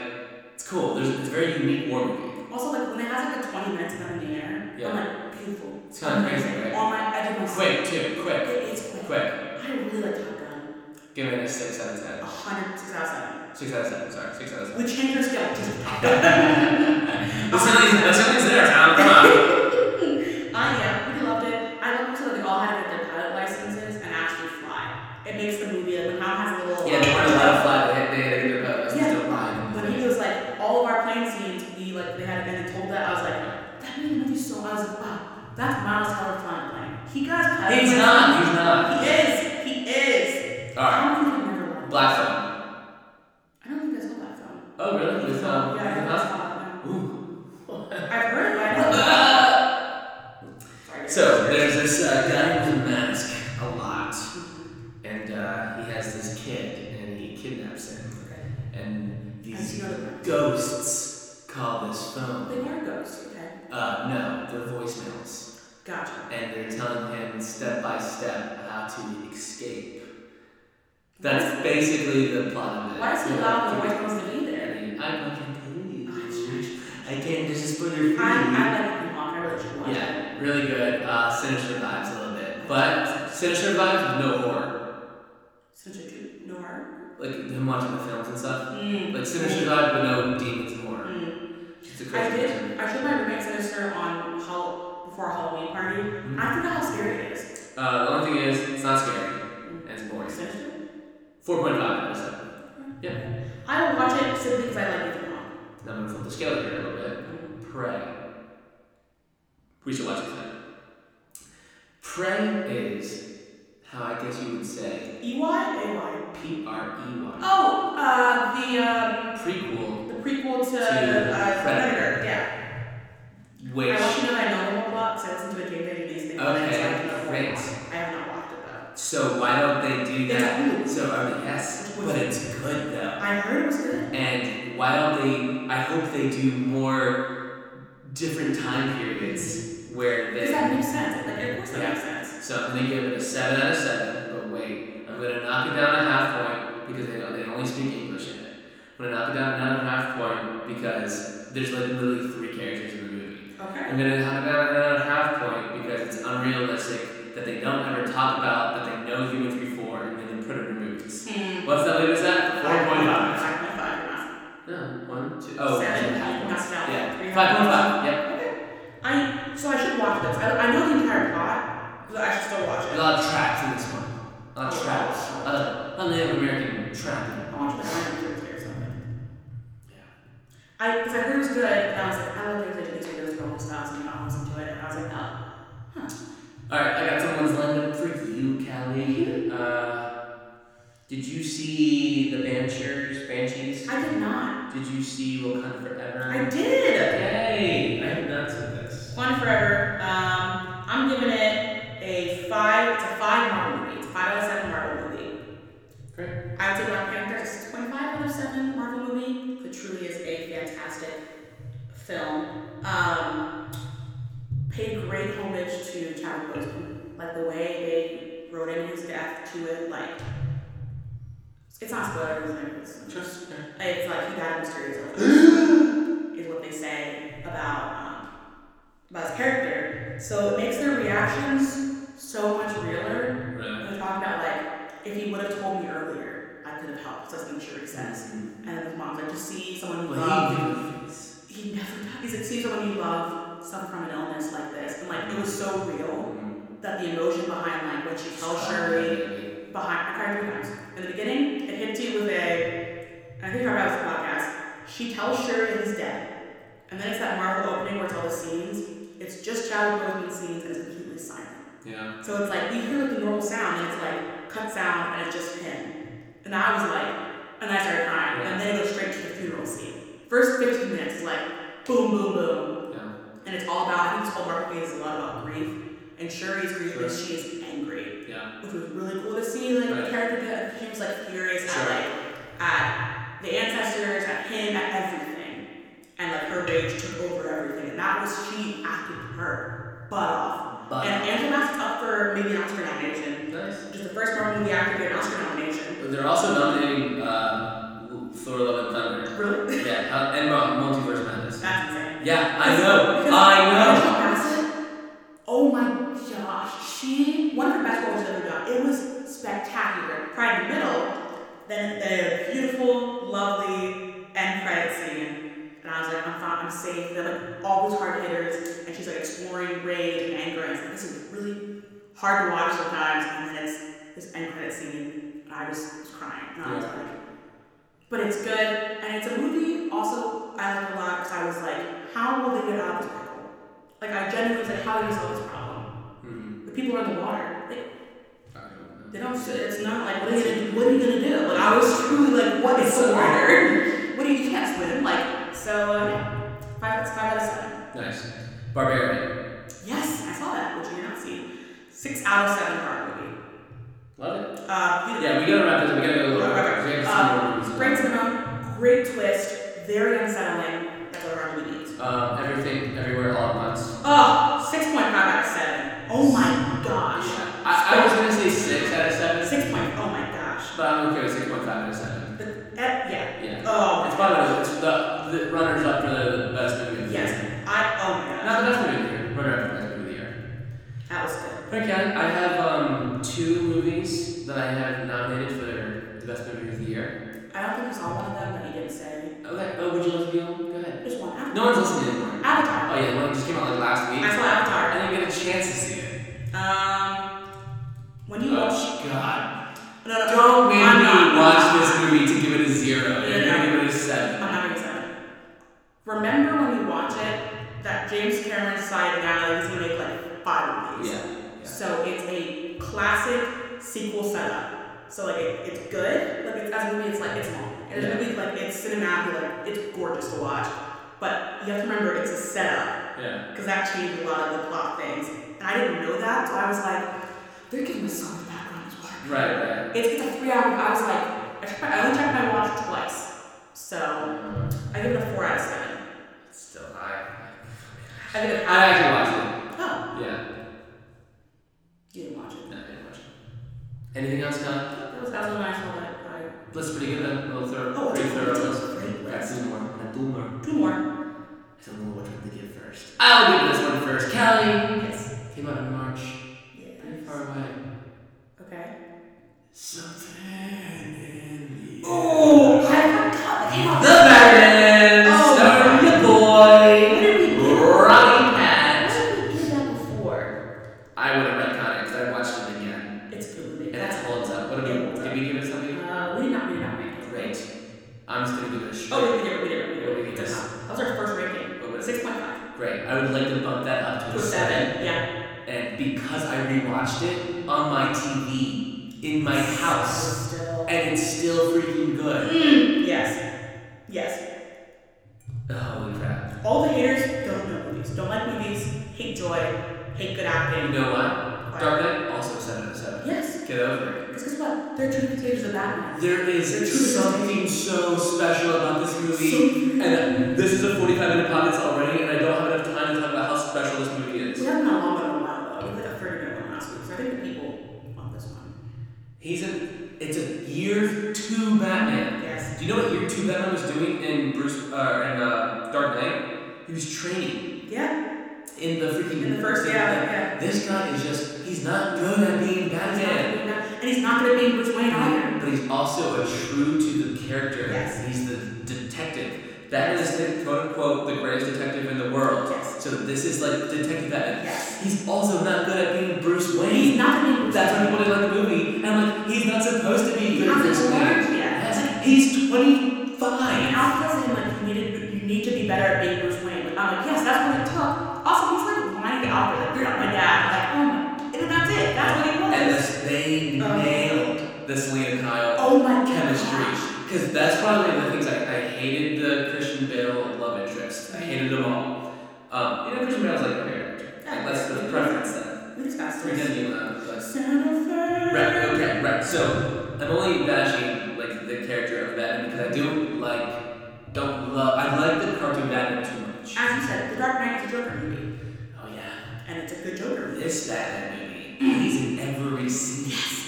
Speaker 3: it's cool. There's it's a very unique war movie.
Speaker 2: Also, like when it has like the 20 minutes of them in the air,
Speaker 3: Yeah.
Speaker 2: I'm like, beautiful.
Speaker 3: It's kinda crazy, right?
Speaker 2: All my, I do my
Speaker 3: Quick too, quick,
Speaker 2: It is quick.
Speaker 3: quick.
Speaker 2: I really like Top Gun.
Speaker 3: Give it a six out of ten.
Speaker 2: 106 out of 7.
Speaker 3: Six out of seven, sorry, six out of seven.
Speaker 2: We changed our scale to Top Gun.
Speaker 3: The ceiling's, the ceiling's there, Tom, come on.
Speaker 2: Uh, yeah, we loved it. I love it too that they all had to get their pilot licenses and actually fly. It makes the movie, like when Hal has a little.
Speaker 3: Yeah, they weren't allowed to fly, they had, they had to get their boat,
Speaker 2: Yeah.
Speaker 3: still flying.
Speaker 2: When he was like, all of our plane scenes, we like, they had been told that. I was like, that made the movie so. I was like, wow, that's Miles Teller flying a plane. He got his pilot
Speaker 3: He's
Speaker 2: license.
Speaker 3: not, he's not.
Speaker 2: He is. He is.
Speaker 3: Alright,
Speaker 2: I don't think I've ever watched.
Speaker 3: Black Phone.
Speaker 2: I don't think I saw that film.
Speaker 3: Oh, really? This
Speaker 2: Yeah,
Speaker 3: um,
Speaker 2: I
Speaker 3: yeah,
Speaker 2: think I saw that.
Speaker 3: Ooh.
Speaker 2: I've heard it. but I don't-
Speaker 3: uh, uh, uh, their voicemails,
Speaker 2: Gotcha.
Speaker 3: and they're telling him step by step how to escape. That's basically the plot of it.
Speaker 2: Why is he
Speaker 3: Yeah.
Speaker 2: allowing the white girls to be there?
Speaker 3: And I fucking believe I can't. This is for your food.
Speaker 2: I'm, I'm letting him off. I really should watch it.
Speaker 3: Mm-hmm. Yeah, really good. Uh, sinister vibes a little bit, but sinister vibes, no horror.
Speaker 2: Such a good door.
Speaker 3: Like him watching the films and stuff.
Speaker 2: Mm.
Speaker 3: Like sinister vibe, but no demons and horror.
Speaker 2: Mm.
Speaker 3: It's a
Speaker 2: I
Speaker 3: crazy. person.
Speaker 2: did. I showed my roommate Sinister on Hall before a Halloween party.
Speaker 3: Mm-hmm.
Speaker 2: I forgot how scary it is.
Speaker 3: Uh, the only thing is, it's not scary and it's boring.
Speaker 2: Sinister.
Speaker 3: Four point five out of seven. Yeah,
Speaker 2: I will watch it simply because I like Ethan Hawke.
Speaker 3: now I'm gonna flip the scale here a little bit. Prey. We should watch it tonight. Prey is how I guess you would say
Speaker 2: EY? AY.
Speaker 3: P R E Y.
Speaker 2: Oh, uh, the um,
Speaker 3: Prequel,
Speaker 2: the prequel to,
Speaker 3: To Predator.
Speaker 2: uh, Predator. Yeah.
Speaker 3: which
Speaker 2: I want you to know that I know the whole plot because I listened to a game video these things.
Speaker 3: Okay,
Speaker 2: so I know the whole
Speaker 3: great.
Speaker 2: plot. I have not watched it though.
Speaker 3: So why don't they do
Speaker 2: It's
Speaker 3: that?
Speaker 2: good.
Speaker 3: So I mean, yes, but it's good though.
Speaker 2: I heard it was good.
Speaker 3: And why don't they? I hope they do more different time periods where
Speaker 2: Because that
Speaker 3: they.
Speaker 2: makes sense. Like, of course that
Speaker 3: Yeah.
Speaker 2: makes sense.
Speaker 3: So I'm gonna give it a seven out of seven. But wait, I'm gonna knock it down a half point because they they only speak English in it. I'm gonna knock it down another half point because there's like literally three characters in the movie.
Speaker 2: Okay.
Speaker 3: I'm gonna have about another half point because it's unrealistic that they don't ever talk about that they know humans before and then they put it in movies.
Speaker 2: Hmm.
Speaker 3: What's that latest at? Four point five.
Speaker 2: Five point five. you're not-
Speaker 3: No, one, two, oh,
Speaker 2: Seven,
Speaker 3: two
Speaker 2: half
Speaker 3: half points.
Speaker 2: points down, three
Speaker 3: Yeah,
Speaker 2: half
Speaker 3: five point five. Yep.
Speaker 2: Okay. I so I should watch this. I, I know the entire plot, but I should still watch
Speaker 3: A
Speaker 2: it.
Speaker 3: lot of traps in this one. A lot of traps. A lot of, a lot of Native American trapping.
Speaker 2: I watched it on Thursday or something.
Speaker 3: Yeah.
Speaker 2: I because I heard it was good, and I was like, I love things that these videos for all this house, and I was into it, and I was like, oh.
Speaker 3: All right, I got someone's lined up for you, Callie. Uh, did you see the Banshees? Banshees?
Speaker 2: I did not.
Speaker 3: Did you see Will Hunt Forever?
Speaker 2: I did.
Speaker 3: Yay! I have not seen this.
Speaker 2: One forever. Um, I'm giving it a five. It's a five Marvel movie. It's a five out of seven Marvel movie.
Speaker 3: Great.
Speaker 2: I would say Black Panther is six point five out of seven Marvel movie. It truly is a fantastic film. Um, paid great homage to Chadwick Boseman. Like the way they wrote in his death to it, like it's not spoilers. like, it's-
Speaker 3: Just
Speaker 2: it's like he died a mysterious illness, is what they say about um, about his character. So it makes their reactions so much realer.
Speaker 3: really.
Speaker 2: They're talking about like if he would have told me earlier, I could have helped. So that's what Shuri says. And then his mom's like, to see someone you love, he never died. He's like, see someone you love suffer from an illness like this, and like it was so real
Speaker 3: Mm.
Speaker 2: that the emotion behind like what she tells Shuri behind I cried three times. In the beginning, it hits you with a I think I about this podcast. She tells Shuri he's dead. And then it's that Marvel opening where it's all the scenes. It's just Chadwick Boseman scenes and it's completely silent.
Speaker 3: Yeah.
Speaker 2: So it's like you hear like the normal sound and it's like cut sound and it's just him. And I was like and I started crying. And then it goes straight to the funeral scene. First 15 minutes is like boom boom boom.
Speaker 3: Yeah.
Speaker 2: And it's all about I think this whole Marvel movie is a lot about grief. And Shuri's grief is she is angry
Speaker 3: Yeah.
Speaker 2: which was really cool to see. Like
Speaker 3: Right.
Speaker 2: the character, that- he was like furious
Speaker 3: Sure.
Speaker 2: at like at the ancestors, at him, at everything, and like her rage took over everything. And that was she acted her butt off.
Speaker 3: But
Speaker 2: And Angela Bassett's up for maybe an Oscar nomination,
Speaker 3: nice.
Speaker 2: which is the first Marvel movie actor to get an Oscar nomination.
Speaker 3: But they're also nominating uh, Thor: Love and Thunder.
Speaker 2: Really,
Speaker 3: Yeah. Uh, and uh, Multiverse Madness.
Speaker 2: that's insane.
Speaker 3: Yeah, I know.
Speaker 2: Because Angela
Speaker 3: I know.
Speaker 2: Bassett, Oh my gosh, she one of her best roles she's ever done. It was spectacular. Pride in the Middle, then the beautiful, lovely end credit scene, and I was like, I'm fine, I'm safe. They're like all these hard hitters, and she's like exploring rage and anger. And it's like, this is really hard to watch sometimes, and then it's this end credit scene, and I just was crying, and I was
Speaker 3: Yeah.
Speaker 2: like. But it's good, and it's a movie also I like a lot because I was like, how will they get out of this problem? Like I genuinely was like, how do you solve this problem?
Speaker 3: Hmm.
Speaker 2: The people are in the water. They,
Speaker 3: I don't know.
Speaker 2: they don't. It's not like what are you gonna what are you gonna do? Like I was truly like, what is the water? What do you, you can't swim? Like so. Uh, yeah. Five, that's five out of seven.
Speaker 3: Nice. Barbarian.
Speaker 2: Yes, I saw that, which you did not see. Six out of seven horror movie.
Speaker 3: Love it.
Speaker 2: Uh,
Speaker 3: Yeah, we gotta wrap this. up. We gotta go a little
Speaker 2: Okay.
Speaker 3: bit. We have
Speaker 2: Uh,
Speaker 3: some more movies.
Speaker 2: Great cinema, great twist, very unsettling. That's what horror movie needs.
Speaker 3: Um, everything, everywhere, all at once.
Speaker 2: Oh, Ah, oh eh, Oh, oh
Speaker 3: Okay, I have um, two movies that I have nominated for the best movie of the year.
Speaker 2: I don't think you saw one of them, but you didn't say.
Speaker 3: Okay, oh, would you like to be on? Go ahead.
Speaker 2: There's one Avatar.
Speaker 3: No one's listening anymore.
Speaker 2: Avatar.
Speaker 3: Oh yeah, the one that just came out like last week.
Speaker 2: I saw Avatar.
Speaker 3: I didn't get a chance to see it.
Speaker 2: Um, when you watch,
Speaker 3: Oh God!
Speaker 2: no, no,
Speaker 3: Don't make
Speaker 2: I'm not,
Speaker 3: me
Speaker 2: I'm
Speaker 3: watch
Speaker 2: not.
Speaker 3: this movie to give it a zero. You're
Speaker 2: Yeah.
Speaker 3: gonna give it a seven.
Speaker 2: I'm not excited. Remember when you watch it that James Cameron decided now that he's gonna make like five movies.
Speaker 3: Yeah.
Speaker 2: So it's a classic sequel setup. So like it, it's good. Like it's, as a movie, it's like it's long. And as a
Speaker 3: Yeah.
Speaker 2: movie, like it's cinematic. Like it's gorgeous to watch. But you have to remember it's a setup
Speaker 3: Yeah.
Speaker 2: because that changed a lot of the plot things. And I didn't know that, so I was like,
Speaker 6: They're giving us so much background as well.
Speaker 3: Right. Right.
Speaker 2: it's, it's a three hour. I was like, I, checked my, I only checked my watch twice. So
Speaker 3: Um,
Speaker 2: I give it a four out of seven.
Speaker 3: it's still high.
Speaker 2: I give it.
Speaker 3: I actually watched
Speaker 2: Oh,
Speaker 3: it. Yeah.
Speaker 2: you didn't watch it.
Speaker 3: No, I didn't watch it. Anything else, Kyle?
Speaker 2: That was, that was a nice one. that I-
Speaker 3: That's pretty good. A little thorough,
Speaker 2: Oh,
Speaker 3: pretty
Speaker 2: it's a
Speaker 3: thorough list.
Speaker 2: great
Speaker 3: I
Speaker 2: list.
Speaker 3: two more. I two more.
Speaker 2: Two more.
Speaker 3: I don't know which one to give first. I'll give this one first. Kelly
Speaker 2: Yes.
Speaker 3: came out in March. Pretty
Speaker 2: Yes.
Speaker 3: far away.
Speaker 2: Okay.
Speaker 3: Something in the
Speaker 2: Oh, I forgot the
Speaker 3: The Baron,
Speaker 2: Oh,
Speaker 3: starring
Speaker 2: my
Speaker 3: the boy,
Speaker 2: did we do?
Speaker 3: Ronnie
Speaker 2: Why
Speaker 3: Pat.
Speaker 2: did we do that before?
Speaker 3: I would have retconned it because I watched it again.
Speaker 2: It's good.
Speaker 3: And
Speaker 2: we
Speaker 3: that
Speaker 2: That's
Speaker 3: holds up. What did we, did we give it something?
Speaker 2: Uh, we did not. We did not rank it.
Speaker 3: Great. I'm just going to give it a straight.
Speaker 2: Oh, we did. We did. We did.
Speaker 3: What
Speaker 2: We
Speaker 3: did we give
Speaker 2: did. That's
Speaker 3: this?
Speaker 2: not- That was our first ranking.
Speaker 3: What was it?
Speaker 2: Six point five.
Speaker 3: Great. I would like to bump that up to a
Speaker 2: Yeah.
Speaker 3: And because I rewatched it on my TV, in my house,
Speaker 2: Still.
Speaker 3: and it's still freaking good.
Speaker 2: Mm, yes. Yes.
Speaker 3: Oh, Holy crap.
Speaker 2: All the haters don't know movies. Don't like movies. Hate joy. Hate good
Speaker 3: You
Speaker 2: acting.
Speaker 3: know what? Dark Knight also 7 out of 7.
Speaker 2: Yes.
Speaker 3: Get over it.
Speaker 2: Because guess what? They're true imitators of Batman.
Speaker 3: There is something so special about this movie. And this is a 45 minute podcast already, and I don't have enough time to talk about how special this movie
Speaker 2: We
Speaker 3: is.
Speaker 2: haven't had a long one in a while though. We had a thirty minute one last week, so I think the people want this one.
Speaker 3: He's in. It's a year two Batman.
Speaker 2: Yes.
Speaker 3: Do you know what year two Batman was doing in Bruce uh, in uh, Dark Knight? He was training
Speaker 2: Yeah.
Speaker 3: in the freaking
Speaker 2: In the first, yeah, yeah.
Speaker 3: This guy is just. He's not good at being Batman.
Speaker 2: And he's not going to be Bruce Wayne either.
Speaker 3: But he's also a true to the character.
Speaker 2: Yes.
Speaker 3: He's the detective. That is the quote unquote the greatest detective in the world.
Speaker 2: Yes.
Speaker 3: So this is like Detective Batman.
Speaker 2: Yes.
Speaker 3: He's also not good at being Bruce
Speaker 2: He's
Speaker 3: Wayne.
Speaker 2: not going to be Bruce
Speaker 3: That's what
Speaker 2: Wayne.
Speaker 3: people did like the movie. And like he's not supposed to be good at
Speaker 2: He's
Speaker 3: Bruce
Speaker 2: not
Speaker 3: Wayne.
Speaker 2: learned yet.
Speaker 3: Yes. He's twenty
Speaker 2: And
Speaker 3: five.
Speaker 2: Al tells him, like, you need, to, you need to be better at being Bruce Wayne. Like, I'm like, yes, that's what it took. Also, he's like whining to Alfred, like, you're not my dad. Like, oh my. And then that's it. That's what he was.
Speaker 3: And this they
Speaker 2: Oh.
Speaker 3: nailed the Selena Kyle
Speaker 2: oh my
Speaker 3: chemistry.
Speaker 2: God.
Speaker 3: Because that's probably one of the things I, I hated the Christian Bale love interest. I
Speaker 2: Mm-hmm.
Speaker 3: hated them all. Um, you know, Christian Bale's like my favorite character. Like, that's the preference then.
Speaker 2: We discussed
Speaker 3: We
Speaker 2: this.
Speaker 3: didn't even have uh, like-
Speaker 2: Santa Fe.
Speaker 3: Right, okay, right. So I'm only bashing like the character of Batman because I do like don't love I like the cartoon Batman too much.
Speaker 2: As you said, The Dark Knight is a Joker movie.
Speaker 3: Oh yeah.
Speaker 2: And it's a good Joker movie.
Speaker 3: This Batman movie, he's in every scene.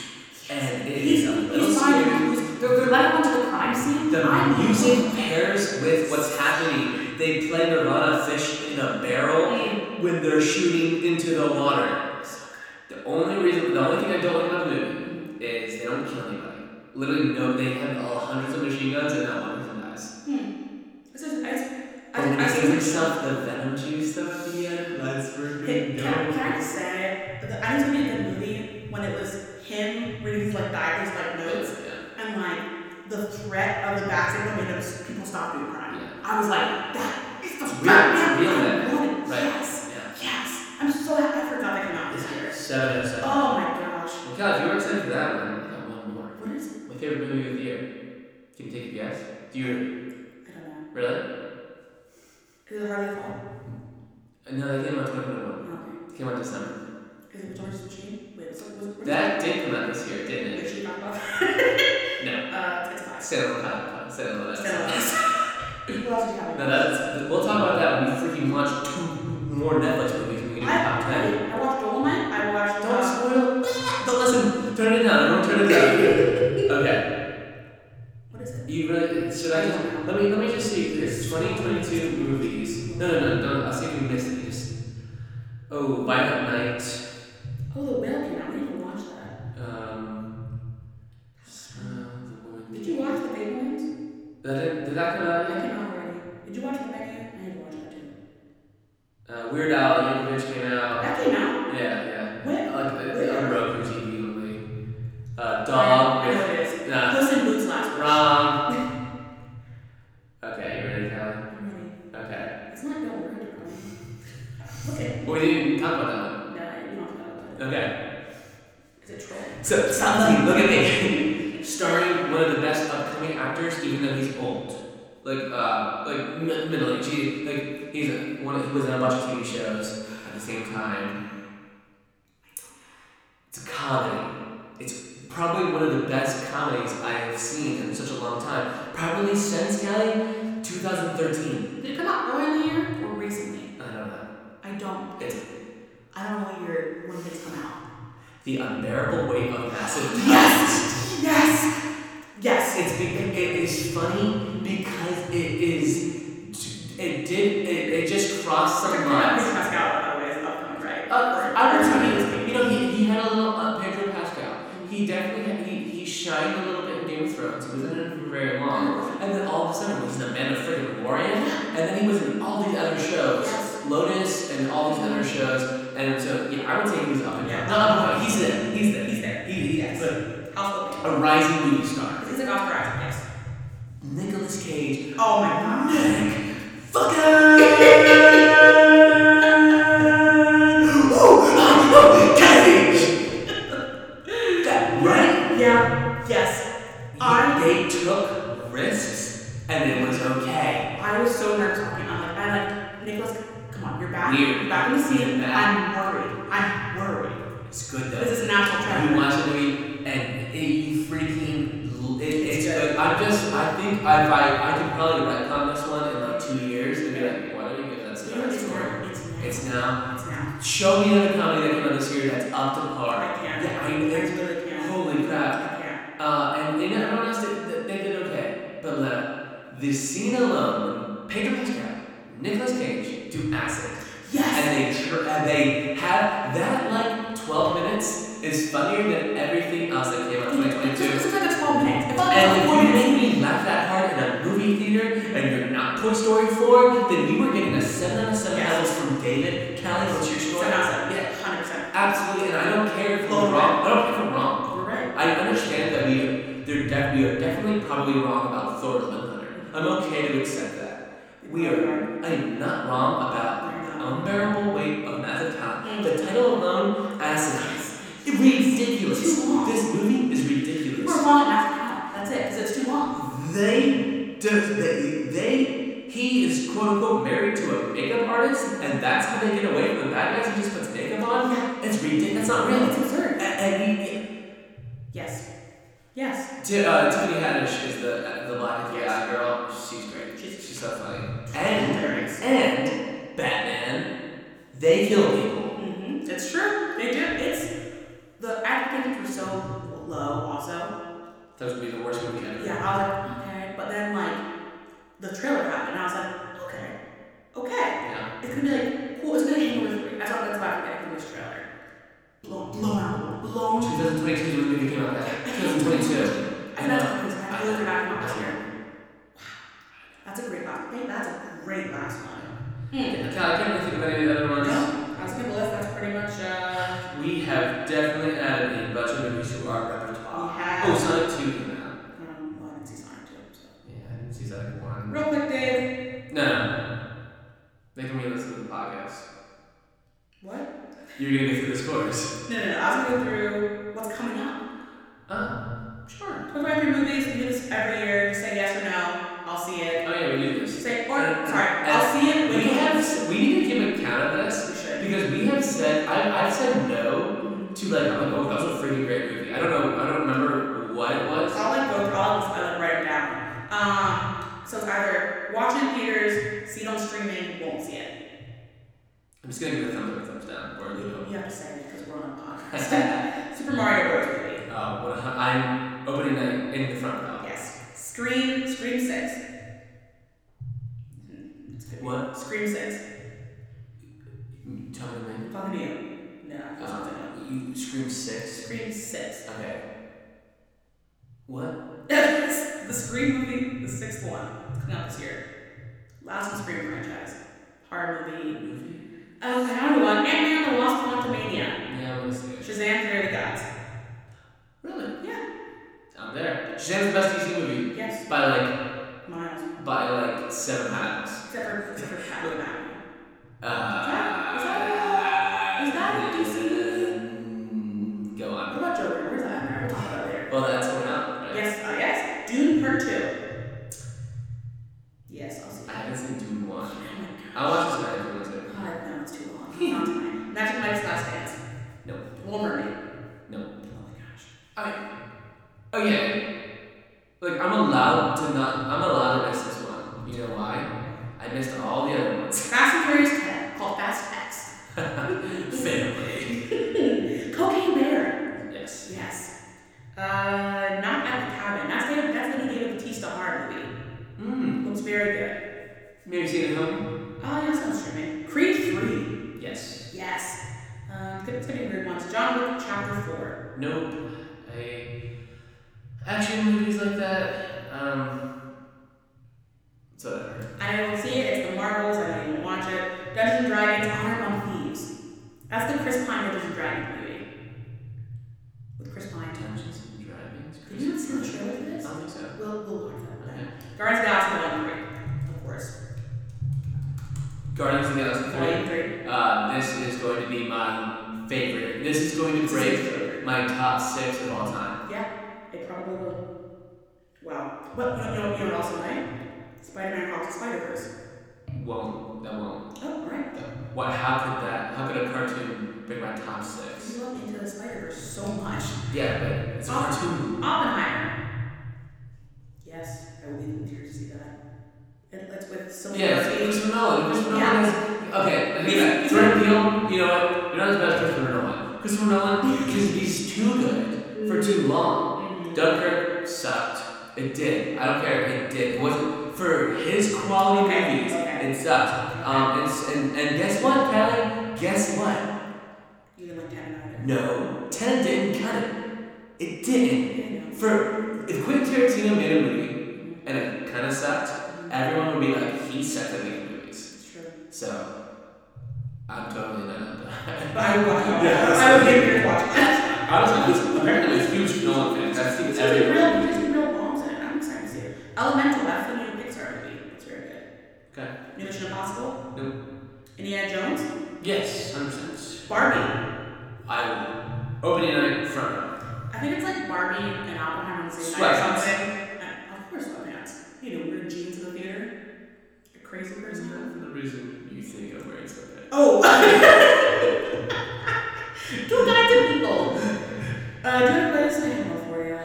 Speaker 3: And it
Speaker 2: He's,
Speaker 3: is a little
Speaker 2: he's fine.
Speaker 3: scary.
Speaker 2: They're, they're letting him to the crime scene.
Speaker 3: The
Speaker 2: I'm
Speaker 3: music pairs with what's happening. They play Nirvana Fish in a
Speaker 2: Hmm.
Speaker 3: barrel when they're shooting into the water. The only reason, the only thing I don't like about the movie is they don't kill anybody. Literally, no, they have all hundreds of machine guns and not one person dies.
Speaker 2: This is, I, I,
Speaker 3: But
Speaker 2: I,
Speaker 3: when
Speaker 2: I
Speaker 3: they give themselves the venom juice stuff at the end, that's freaking
Speaker 2: Can, can,
Speaker 3: dope.
Speaker 2: can I just say, that I just made the movie when it was him reading his like diaries, like notes,
Speaker 3: Yeah,
Speaker 2: and like the threat of the vaccine made us- people stop doing crime. I was like, that is the
Speaker 3: It's real,
Speaker 2: Batman
Speaker 3: it's real
Speaker 2: I
Speaker 3: Batman,
Speaker 2: wanted.
Speaker 3: right.
Speaker 2: Yes,
Speaker 3: yeah.
Speaker 2: yes. I'm so happy I forgot that came out this
Speaker 3: Yeah.
Speaker 2: year.
Speaker 3: Seven out of seven.
Speaker 2: Oh my gosh,
Speaker 3: Well, Cal, if you were excited for that one, I got one more.
Speaker 2: what is it?
Speaker 3: My favorite movie of the year. Can you take a guess? Do you
Speaker 2: I don't know.
Speaker 3: really?
Speaker 2: Is it Harley Fall?
Speaker 3: No, that came out 2021.
Speaker 2: Okay.
Speaker 3: It came out this summer.
Speaker 2: Is it Victoria's Machine? Wait, what's was it?
Speaker 3: That did come out this year, didn't
Speaker 2: Wait,
Speaker 3: it?
Speaker 2: should we talk about
Speaker 3: No.
Speaker 2: Uh, it's fine.
Speaker 3: Say it loud. Say it loud.
Speaker 2: Still, yes. What else do you have?
Speaker 3: No, that's. We'll talk about that when we freaking watch two more Netflix movies. We can do
Speaker 2: I,
Speaker 3: top ten.
Speaker 2: I watched Dolomite. I watched.
Speaker 3: Don't
Speaker 2: uh,
Speaker 3: spoil. Don't listen. Turn it down. Don't turn it down. okay.
Speaker 2: what is it?
Speaker 3: You really should I just let me let me just see this 2022 movies. No, no, no, no. I'll see if we missed it. Just oh, Violent Night,
Speaker 2: Oh, the whale came out. We didn't even watch that.
Speaker 3: Um, Smell the Woman.
Speaker 2: Did you watch the big ones?
Speaker 3: That, did that come out
Speaker 2: That
Speaker 3: yet?
Speaker 2: came out already. Did you watch the menu? I had to watch that too.
Speaker 3: Uh, Weird Al Yankovic came out.
Speaker 2: That came out.
Speaker 3: Yeah, yeah.
Speaker 2: When?
Speaker 3: I like the, the Unbroken TV movie. Uh,
Speaker 2: I
Speaker 3: Dog
Speaker 2: know
Speaker 3: with.
Speaker 2: it is.
Speaker 3: Nah.
Speaker 2: Puss in Boots last one.
Speaker 3: Wrong. Okay, you ready, Callie?
Speaker 2: Really?
Speaker 3: Okay.
Speaker 2: It's not going right. Okay.
Speaker 3: Well, we didn't even talk about
Speaker 2: No, you don't know about
Speaker 3: that
Speaker 2: it.
Speaker 3: one. Okay.
Speaker 2: Is it troll?
Speaker 3: So, Sally, look at me. Starring one of the best upcoming actors, even though he's old. Like, uh, like mi- middle age. He, like, he's a, one of, he was in a bunch of TV shows at the same time. It's a comedy. It's probably one of the best comedies I have seen in such a long time. Probably since, Kelly, 2013.
Speaker 2: Did it come out early in the year or recently?
Speaker 3: I don't know.
Speaker 2: I don't.
Speaker 3: It's
Speaker 2: I don't know what year when things come out.
Speaker 3: the unbearable weight of massive talent.
Speaker 2: Yes. Yes. Yes.
Speaker 3: It's be- it is funny because it is it did it, it just crossed some lines.
Speaker 2: Pascal, by the way, is upcoming, right?
Speaker 3: Uh, I would say he, you know he, he had a little uh, Pedro Pascal. He definitely had, he he shined a little bit in Game of Thrones. He was in it for very long, and then all of a sudden he's in a Man of Freaking Warrior, and then he was in all these other shows,
Speaker 2: Yes.
Speaker 3: Lotus, and all these other shows. And so yeah, I would say he was up and
Speaker 2: Yeah.
Speaker 3: down. Not up and down. He's there. He's there.
Speaker 2: He's there.
Speaker 3: He, he,
Speaker 2: Yes.
Speaker 3: but
Speaker 2: Household.
Speaker 3: a rising movie star.
Speaker 2: He's like off yes.
Speaker 3: Nicolas Cage
Speaker 2: Oh my god.
Speaker 3: Fucker! Ooh, Cage! That, right?
Speaker 2: Yeah. Yes.
Speaker 3: I,
Speaker 2: I-
Speaker 3: they took risks and it was okay.
Speaker 2: I was so nervous walking out. Like, I like Nicholas. Come on, you're back.
Speaker 3: Weird.
Speaker 2: You're back in the
Speaker 3: You're
Speaker 2: scene.
Speaker 3: back.
Speaker 2: I'm worried. I'm worried.
Speaker 3: It's good
Speaker 2: This
Speaker 3: though.
Speaker 2: is a natural
Speaker 3: You
Speaker 2: trend.
Speaker 3: watch the movie and it, you freaking. l- It, it's
Speaker 2: It's good.
Speaker 3: good. I'm just, I think I, I, I could probably retcon this one in like two years and be like, why don't you give that
Speaker 2: It's
Speaker 3: some
Speaker 2: now. It's
Speaker 3: story?
Speaker 2: now. It's now.
Speaker 3: It's now.
Speaker 2: It's now.
Speaker 3: Show me another comedy that came out this year that's up to par.
Speaker 2: I can't.
Speaker 3: Yeah, I
Speaker 2: I
Speaker 3: mean, it's-
Speaker 2: really can't.
Speaker 3: Holy crap.
Speaker 2: I can't.
Speaker 3: Uh, and in everyone else, they, they, they did okay. But uh, the scene alone, Pedro Pascal, Nicolas Cage do acid,
Speaker 2: Yes.
Speaker 3: and they tr- and they have that like twelve minutes is funnier than everything else that came out in
Speaker 2: It just- This
Speaker 3: 2022.
Speaker 2: is like a 12 minutes. It felt like
Speaker 3: And
Speaker 2: a
Speaker 3: if
Speaker 2: 12
Speaker 3: you
Speaker 2: minutes.
Speaker 3: made me laugh that hard in a movie theater, and you're not Toy Story 4, then you were getting a seven out of seven
Speaker 2: Yes.
Speaker 3: levels from David. Callie, what's your score? Yeah,
Speaker 2: 100%.
Speaker 3: absolutely. And I don't care if we're wrong. I don't care if we're wrong.
Speaker 2: We're right.
Speaker 3: I understand that we they're def- we are definitely probably wrong about Thor the Love Hunter. I'm okay to accept that. We are I am not wrong about the unbearable weight of massive talent. The title alone asinine. It's ridiculous.
Speaker 2: Too long.
Speaker 3: This movie is
Speaker 2: We're
Speaker 3: ridiculous.
Speaker 2: long enough now. That's it, because it's too long.
Speaker 3: They does they they he is quote unquote married to a makeup artist and that's how they get away from the bad guys. He just puts makeup on. It's ridiculous. That's not real.
Speaker 2: It's
Speaker 3: A-
Speaker 2: absurd.
Speaker 3: And he,
Speaker 2: Yes. Yes.
Speaker 3: T- uh, Tiffany Haddish is the the black yeah. girl. She's great. She's, she's so funny. And
Speaker 2: Hilarious.
Speaker 3: and Batman, they kill people.
Speaker 2: Mm-hmm. It's true. They do. It's the applications were so low also.
Speaker 3: That would be the worst movie ever.
Speaker 2: Yeah, I was like, okay. But then like the trailer happened and I was like, okay. Okay.
Speaker 3: Yeah.
Speaker 2: It's gonna be like cool, it's gonna be Hangover 3. I thought that's about the Hangover trailer. Blown blown out. Blown
Speaker 3: 2022 is when the movie came out. That 2022.
Speaker 2: I know. I feel like back from last year. Wow. That's a great last. Hey, that's a great last one.
Speaker 3: Yeah, I can't really think of any other ones.
Speaker 2: I was gonna list. That's pretty much. Uh,
Speaker 3: We have definitely added a bunch of movies to our repertoire.
Speaker 2: We have.
Speaker 3: Oh, Sonic 2 came out.
Speaker 2: um, well, I didn't see Sonic two. So.
Speaker 3: Yeah, I didn't see Sonic 1.
Speaker 2: Real quick, Dave.
Speaker 3: No, no. They can re-listen to the podcast.
Speaker 2: What?
Speaker 3: You're gonna go through the scores.
Speaker 2: No, no, no. I was gonna go through what's coming up.
Speaker 3: Oh.
Speaker 2: Sure. Put my three movies. We do this every year. Just say yes or no. I'll see it.
Speaker 3: Oh yeah, we do this.
Speaker 2: Say or sorry. I'll see it.
Speaker 3: We have we need to give a count of this
Speaker 2: We should.
Speaker 3: because we have said I I've said no to like I'm like oh that was a freaking great movie. I don't know I don't remember what it was.
Speaker 2: I'll like go through all of this. I like write them down. Um. So it's either watch it in theaters, see it on streaming, won't see it.
Speaker 3: I'm just gonna give a thumbs up, thumbs down, or you know.
Speaker 2: You have to say it because we're on a podcast. Super Mario Bros. movie.
Speaker 3: Uh, what- I'm opening night in the front row.
Speaker 2: Yes. Scream, Scream 6. Hmm, it's good.
Speaker 3: What?
Speaker 2: Scream 6.
Speaker 3: Tell me.
Speaker 2: Fucking you. No, I
Speaker 3: Uh,
Speaker 2: something.
Speaker 3: you Scream Six.
Speaker 2: Scream Six.
Speaker 3: Okay. What?
Speaker 2: the Scream movie, the sixth one, coming out this year. Last one Scream franchise. Horror movie.
Speaker 3: Movie?
Speaker 2: Oh, the other one, Ant-Man and the Wasp: Quantumania.
Speaker 3: Yeah, I want to see it.
Speaker 2: Shazam! Fear the Gods.
Speaker 3: Really?
Speaker 2: Yeah.
Speaker 3: I'm there. Shazam's the best DC movie
Speaker 2: Yes.
Speaker 3: by like
Speaker 2: Miles.
Speaker 3: by like seven miles.
Speaker 2: Except for except for Cat with a Mountain.
Speaker 3: Uh,
Speaker 2: Is that- is that a DC
Speaker 3: movie? Go
Speaker 2: What
Speaker 3: on.
Speaker 2: about Joker? Where's that? We'll talk about it later.
Speaker 3: Well, that's coming out. right?
Speaker 2: Yes, uh, yes. Dune Part Two. Yes, I'll see.
Speaker 3: I
Speaker 2: that.
Speaker 3: haven't seen Dune one.
Speaker 2: Oh
Speaker 3: I
Speaker 2: my
Speaker 3: watched this night. if you
Speaker 2: god.
Speaker 3: want
Speaker 2: God, no, it's too long. Not time. Magic Mike's Last Dance.
Speaker 3: to. No.
Speaker 2: Little Mermaid.
Speaker 3: No.
Speaker 2: Oh my gosh.
Speaker 3: Okay. Like Oh, I'm allowed to not. I'm allowed to miss this one. You know why? I missed all the other ones.
Speaker 2: Fast and Furious Ten, called Fast X.
Speaker 3: Family.
Speaker 2: Cocaine Bear.
Speaker 3: Yes.
Speaker 2: Yes. Uh, not at the cabin. That's the that's the new David Batista horror movie.
Speaker 3: Hmm.
Speaker 2: Looks very good.
Speaker 3: Maybe see it at home.
Speaker 2: Oh, yeah, sounds streaming. Creed Three.
Speaker 3: Yes.
Speaker 2: Yes. Um, it's gonna be weird ones. John Wick Chapter Four.
Speaker 3: Nope. I action movies like that. Um. It's whatever.
Speaker 2: I don't see it. It's the Marvels. I don't even watch it. Dungeons and Dragons: Honor Among Thieves. That's the Chris Pine Dungeons and Dragons movie. With Chris Pine.
Speaker 3: Dungeons and Dragons.
Speaker 2: Did you not see the trailer for
Speaker 3: I
Speaker 2: this?
Speaker 3: don't think so.
Speaker 2: We'll we'll watch that.
Speaker 3: Okay.
Speaker 2: then. Guardians of the Galaxy Volume Three, of course.
Speaker 3: Guardians of the Galaxy Three.
Speaker 2: Volume Three.
Speaker 3: Uh, this is going to be my favorite. This is going to break my top six of all time.
Speaker 2: It probably will. Wow. But you know, you know, you know what else might? Spider-Man: Across the Spider-Verse.
Speaker 3: Won't that won't?
Speaker 2: Oh, right.
Speaker 3: What? How could that? How could a cartoon break my top six?
Speaker 2: You love Into the Spider-Verse so much.
Speaker 3: Yeah, but it's a cartoon.
Speaker 2: Oppenheimer. Yes, I will be here to see that. And that's with so
Speaker 3: Yeah, it's Christopher Nolan. Christopher Nolan. Is, okay, I think that Jordan Peele. You know what? You're not as bad as Christopher Nolan. Christopher Nolan because he's too good for too long. Dunkirk sucked. It did. I don't care. It did. It wasn't for his quality
Speaker 2: Okay,
Speaker 3: movies.
Speaker 2: okay.
Speaker 3: It sucked. Um, and, s- and and guess what, Callie? Guess what?
Speaker 2: You didn't like Tenet either.
Speaker 3: No, Tenet didn't cut it. It didn't.
Speaker 2: Yeah, no.
Speaker 3: For if Quentin Tarantino made a movie and it kind of sucked, everyone would be like, he sucked at making movies.
Speaker 2: It's true.
Speaker 3: So I'm totally not.
Speaker 2: But I would watch it.
Speaker 3: Yeah, that's
Speaker 2: I would
Speaker 3: okay.
Speaker 2: be here to watch it.
Speaker 3: Honestly, apparently a huge Nolan fan. I've seen
Speaker 2: There's
Speaker 3: every
Speaker 2: some real, there's some real bombs in it. I'm excited to see it. Elemental, that's the new Pixar movie. It's very good.
Speaker 3: Okay.
Speaker 2: New Mission Impossible.
Speaker 3: Nope.
Speaker 2: Indiana Jones.
Speaker 3: Yes, hundred percent.
Speaker 2: Barbie.
Speaker 3: I will. Opening night front row.
Speaker 2: I think it's like Barbie and Oppenheimer on the same night or
Speaker 3: Sweatpants.
Speaker 2: something. Uh, Of course, sweatpants. You know, weird jeans in the theater. A crazy person.
Speaker 3: For the reason you think I'm wearing something.
Speaker 2: Oh! Two kinds of people. Uh, do you have a playlist I have one for you?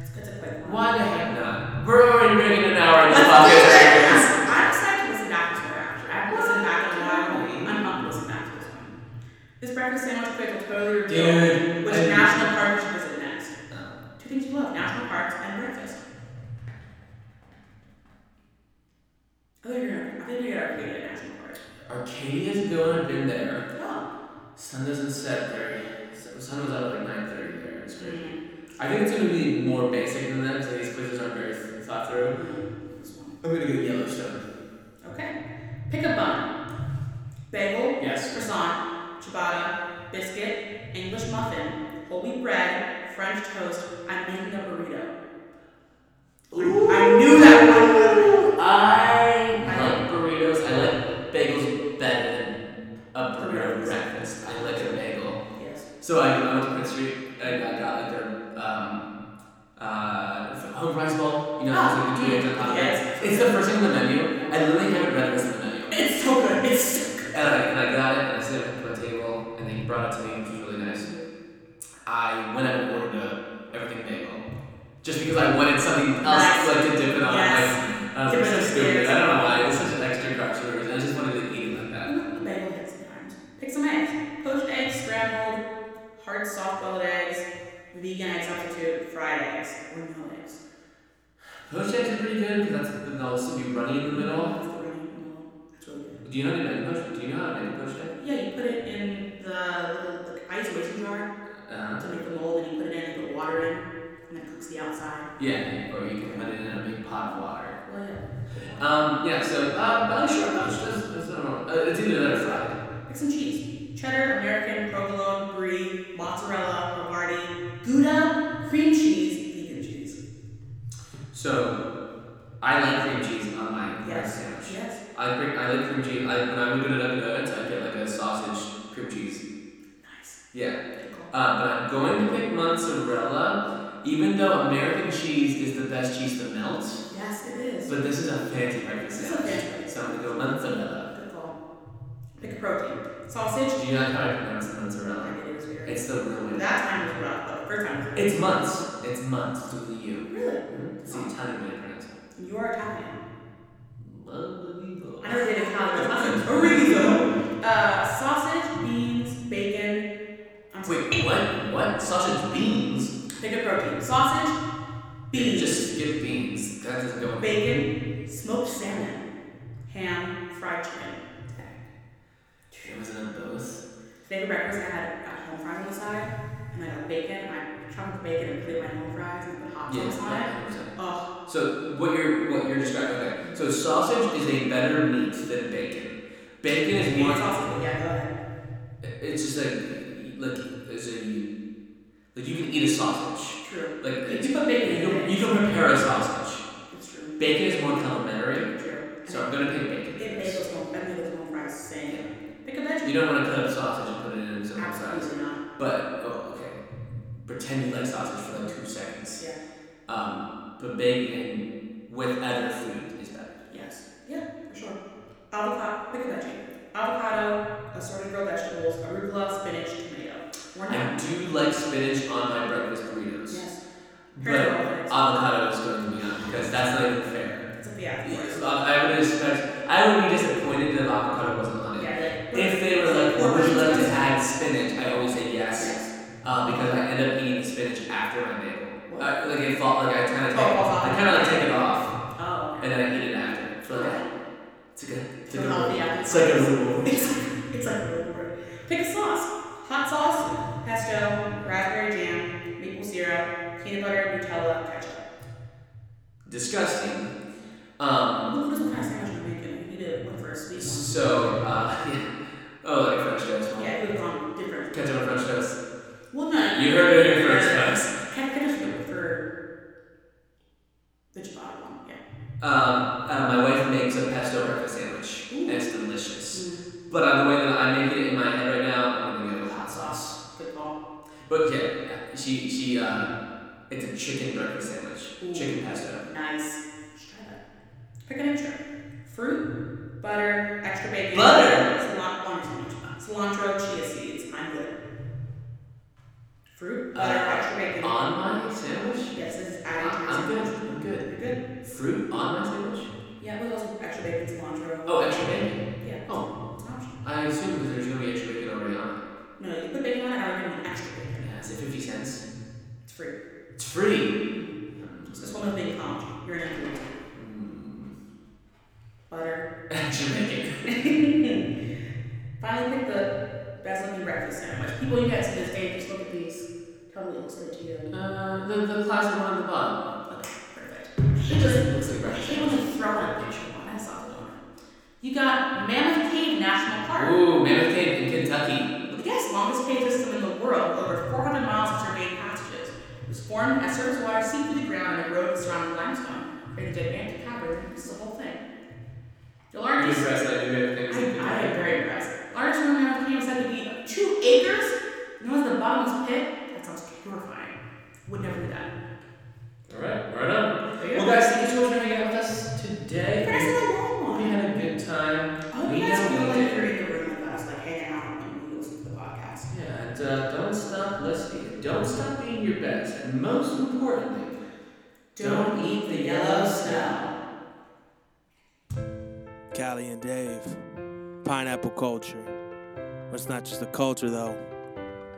Speaker 2: It's good to play one.
Speaker 3: Why the heck not? We're already bringing an hour into the
Speaker 2: Let's do
Speaker 3: podcast.
Speaker 2: this! I'm excited to listen back to this one, actually. I haven't listened back in a while. I'm not listening back to this one. This breakfast sandwich quick will totally reveal
Speaker 3: Dude.
Speaker 2: which national park we should visit next.
Speaker 3: Uh,
Speaker 2: Two things you love national parks and breakfast. I think Oh, you're gonna, I think you're gonna get a national park.
Speaker 3: Arcadia's going. I've been there.
Speaker 2: Oh.
Speaker 3: Sun doesn't set there. Sun sun was out at like nine thirty there. It's great. I think it's gonna be more basic than that because these quizzes aren't very thought through.
Speaker 2: This one.
Speaker 3: I'm gonna go Yellowstone.
Speaker 2: Okay. Pick a bun. Bagel,
Speaker 3: Yes.
Speaker 2: croissant, ciabatta, biscuit, English muffin, whole wheat bread, French toast. I'm making a burrito. I knew that one.
Speaker 3: I
Speaker 2: I
Speaker 3: like burritos. I like bagels better than a burrito breakfast. I like a bagel.
Speaker 2: Yes.
Speaker 3: So I, I went to Prince Street and I got like their um, uh, it's a home fries bowl. You know,
Speaker 2: Oh,
Speaker 3: it's like the two eggs on top of
Speaker 2: yes.
Speaker 3: it. It's the first thing on the menu. I literally haven't read this on the menu.
Speaker 2: It's so good. It's so good.
Speaker 3: And I, and I got it and I set it up on the table and they brought it to me, which was really nice. I went out and ordered a everything bagel. Just because I wanted something else
Speaker 2: Nice.
Speaker 3: like to dip it on.
Speaker 2: Yes.
Speaker 3: Like, I
Speaker 2: Dip
Speaker 3: was
Speaker 2: it
Speaker 3: so
Speaker 2: in
Speaker 3: stupid.
Speaker 2: the
Speaker 3: Uh, I don't know why. It's such an extra crunch for reason. I just wanted to eat it like that.
Speaker 2: The bagel hits sometimes. Pick some eggs. Poached eggs, scrambled, hard soft boiled eggs, vegan egg substitute, fried eggs, or no eggs.
Speaker 3: Poached eggs are pretty good because that's they'll also be runny in the middle.
Speaker 2: That's the running meal. That's really good.
Speaker 3: Do you know how to make potion? Do you know how to make potion?
Speaker 2: Yeah, you put it in the little like, ice mason jar.
Speaker 3: Uh-huh.
Speaker 2: to make the mold, and you put it in, and put water in, and then cooks the outside.
Speaker 3: Yeah, or you can put it in a big pot of water.
Speaker 2: Well, yeah.
Speaker 3: Um, yeah, so uh, belly short belly short is, is, I don't know. Uh, it's either that or fried.
Speaker 2: Make some cheese: cheddar, American, provolone, brie, mozzarella, Havarti, Gouda, cream cheese, vegan cheese.
Speaker 3: So I like cream cheese on my
Speaker 2: Yes.
Speaker 3: sandwich.
Speaker 2: Yes.
Speaker 3: I like cream, I like cream cheese. I, when I would go to Dunkin' Donuts, I'd get like a sausage cream cheese.
Speaker 2: Nice.
Speaker 3: Yeah. Uh, but I'm going to pick mozzarella, even though American cheese is the best cheese to melt.
Speaker 2: Yes, it is.
Speaker 3: But this is a fancy breakfast
Speaker 2: It's
Speaker 3: sandwich.
Speaker 2: okay.
Speaker 3: So I'm going to go mozzarella.
Speaker 2: Good call. Pick a protein: sausage.
Speaker 3: Do you like how I pronounce mozzarella?
Speaker 2: It was weird.
Speaker 3: It's the real way.
Speaker 2: That time was rough, but the first time was rough.
Speaker 3: It's months. It's months with the U.
Speaker 2: Really?
Speaker 3: It's the Italian way to pronounce it.
Speaker 2: You are Italian.
Speaker 3: Lovely.
Speaker 2: I never did Italian. I'm
Speaker 3: Oh,
Speaker 2: an origo. Uh, sausage, beans, bacon. I'm sorry.
Speaker 3: Wait, what? What? Sausage beans?
Speaker 2: Pick a protein. Sausage,
Speaker 3: You
Speaker 2: beans,
Speaker 3: just skip beans. That doesn't go.
Speaker 2: bacon, smoked salmon, ham, fried chicken.
Speaker 3: It was in both.
Speaker 2: Today for breakfast, I had a home fries on the side, and I got bacon, and I chopped the bacon and put it in my home fries and put hot sauce
Speaker 3: Yes.
Speaker 2: on it.
Speaker 3: 100%.
Speaker 2: Oh,
Speaker 3: So what you're what you're describing? Okay. So sausage is a better meat than bacon. Bacon is
Speaker 2: more
Speaker 3: more.
Speaker 2: sausage. Yeah, go ahead.
Speaker 3: It's just like like it's a like you can eat a sausage.
Speaker 2: True.
Speaker 3: Like it's,
Speaker 2: You put bacon
Speaker 3: you
Speaker 2: in
Speaker 3: can,
Speaker 2: it.
Speaker 3: you can prepare a sausage.
Speaker 2: It's true.
Speaker 3: Bacon is more complimentary,
Speaker 2: True.
Speaker 3: so I'm gonna pick
Speaker 2: It
Speaker 3: bacon.
Speaker 2: made those home, I made those home fries same. Pick a veggie.
Speaker 3: You don't want to cut up sausage and put it in some size.
Speaker 2: Absolutely not.
Speaker 3: But oh, okay. Pretend you like sausage for like two seconds.
Speaker 2: Yeah.
Speaker 3: Um, but bacon with other food is better.
Speaker 2: Yes. Yeah, for sure. Avocado, pick a veggie. Avocado, assorted grilled vegetables, arugula, spinach, tomato. We're not.
Speaker 3: I do like spinach on my breakfast burritos,
Speaker 2: Yes.
Speaker 3: but avocado is going to be on because that's not even fair.
Speaker 2: It's a fiasco.
Speaker 3: Yes, I would expect. I would be disappointed if avocado wasn't on it.
Speaker 2: Yeah, like,
Speaker 3: If they were like, "Well, "Would you like to add spinach?" I always say yes,
Speaker 2: Yes.
Speaker 3: uh, because I end up eating spinach after my bagel. I, like it fall, like I kind of
Speaker 2: Oh,
Speaker 3: take,
Speaker 2: oh,
Speaker 3: I kind of like take it off,
Speaker 2: Oh.
Speaker 3: and then I eat it after. So like, it's a good, it's a good,
Speaker 2: Oh, yeah.
Speaker 3: it's like a rule.
Speaker 2: It's, it's like a little word. Pick a sauce. Hot sauce, pesto, raspberry jam, maple syrup, peanut butter, Nutella, ketchup.
Speaker 3: Disgusting. Um,
Speaker 2: Who doesn't kind of sandwich are you making? We need to look for a sweet one.
Speaker 3: So, uh, oh, like French toast. huh?
Speaker 2: Yeah, it would have gone different.
Speaker 3: Ketchup and French toast.
Speaker 2: Well, no.
Speaker 3: You heard it here first, folks.
Speaker 2: Can I finish the for the ciabatta one? Yeah.
Speaker 3: Um, uh, my wife makes a pesto breakfast sandwich.
Speaker 2: Ooh. Mm.
Speaker 3: And it's delicious. But uh, the way that I make it in my head right now, I'm gonna go with hot sauce.
Speaker 2: Good call.
Speaker 3: But yeah, yeah, she she uh, it's a chicken breakfast sandwich.
Speaker 2: Ooh.
Speaker 3: Chicken pesto.
Speaker 2: Nice. Let's try that. Pick an extra. Fruit, butter, extra bacon.
Speaker 3: Butter?
Speaker 2: Cilantro, cilantro chia seeds. I'm good. Fruit, butter,
Speaker 3: Uh,
Speaker 2: extra bacon.
Speaker 3: On my sandwich.
Speaker 2: yes, this is adding to
Speaker 3: I'm
Speaker 2: your
Speaker 3: good.
Speaker 2: sandwich.
Speaker 3: I'm good.
Speaker 2: You're good?
Speaker 3: Fruit on my sandwich.
Speaker 2: Yeah, what else? Extra bacon, cilantro.
Speaker 3: Oh, extra bacon.
Speaker 2: Yeah.
Speaker 3: Oh,
Speaker 2: It's an option.
Speaker 3: I assume that there's gonna be extra bacon already on it.
Speaker 2: No, you put bacon on it, I would give it extra bacon.
Speaker 3: Yeah, is it fifty cents?
Speaker 2: It's free.
Speaker 3: It's free. Hmm,
Speaker 2: So this one is being pumped. You're an influencer. Butter,
Speaker 3: Extra bacon.
Speaker 2: Finally, pick the best looking breakfast sandwich. People you guys to this day just look at these. Tell me what looks good to you.
Speaker 3: Uh, the, the classic one on the bottom.
Speaker 2: Okay, perfect.
Speaker 3: It just looks like breakfast.
Speaker 2: She wasn't throwing a picture one. I saw the one. You got Mammoth Cave National Park.
Speaker 3: Ooh, Mammoth Cave in Kentucky.
Speaker 2: The guest longest cave system in the world, over 400 miles of surveyed passages. It was formed as surface water seeped through the ground and eroded the surrounding limestone, creating a gigantic cavern. This is the whole thing. The
Speaker 3: I'm
Speaker 2: largest
Speaker 3: impressed that I do Mammoth Cave in
Speaker 2: I, I am
Speaker 3: Kentucky.
Speaker 2: very impressed. Largest room in Alabama said to be two acres. You know, it's the bottomless pit. That sounds terrifying. Would never do that.
Speaker 3: Alright, right on.
Speaker 2: But
Speaker 3: Well,
Speaker 2: yeah.
Speaker 3: guys, thank you so much for hanging out with us
Speaker 2: But I
Speaker 3: today.
Speaker 2: said a long
Speaker 3: We
Speaker 2: one.
Speaker 3: had a good time.
Speaker 2: I hope
Speaker 3: We
Speaker 2: you guys
Speaker 3: know
Speaker 2: feel
Speaker 3: we
Speaker 2: like
Speaker 3: did.
Speaker 2: you're in the room with us, like hanging out and we listen to the podcast.
Speaker 3: Yeah, and uh, don't stop listening. Don't stop being your best. And most importantly, Don't eat the yellow snow.
Speaker 4: Callie and Dave, pineapple culture. But It's not just a culture though,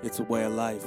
Speaker 4: it's a way of life.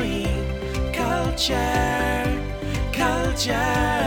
Speaker 4: E. Culture, culture.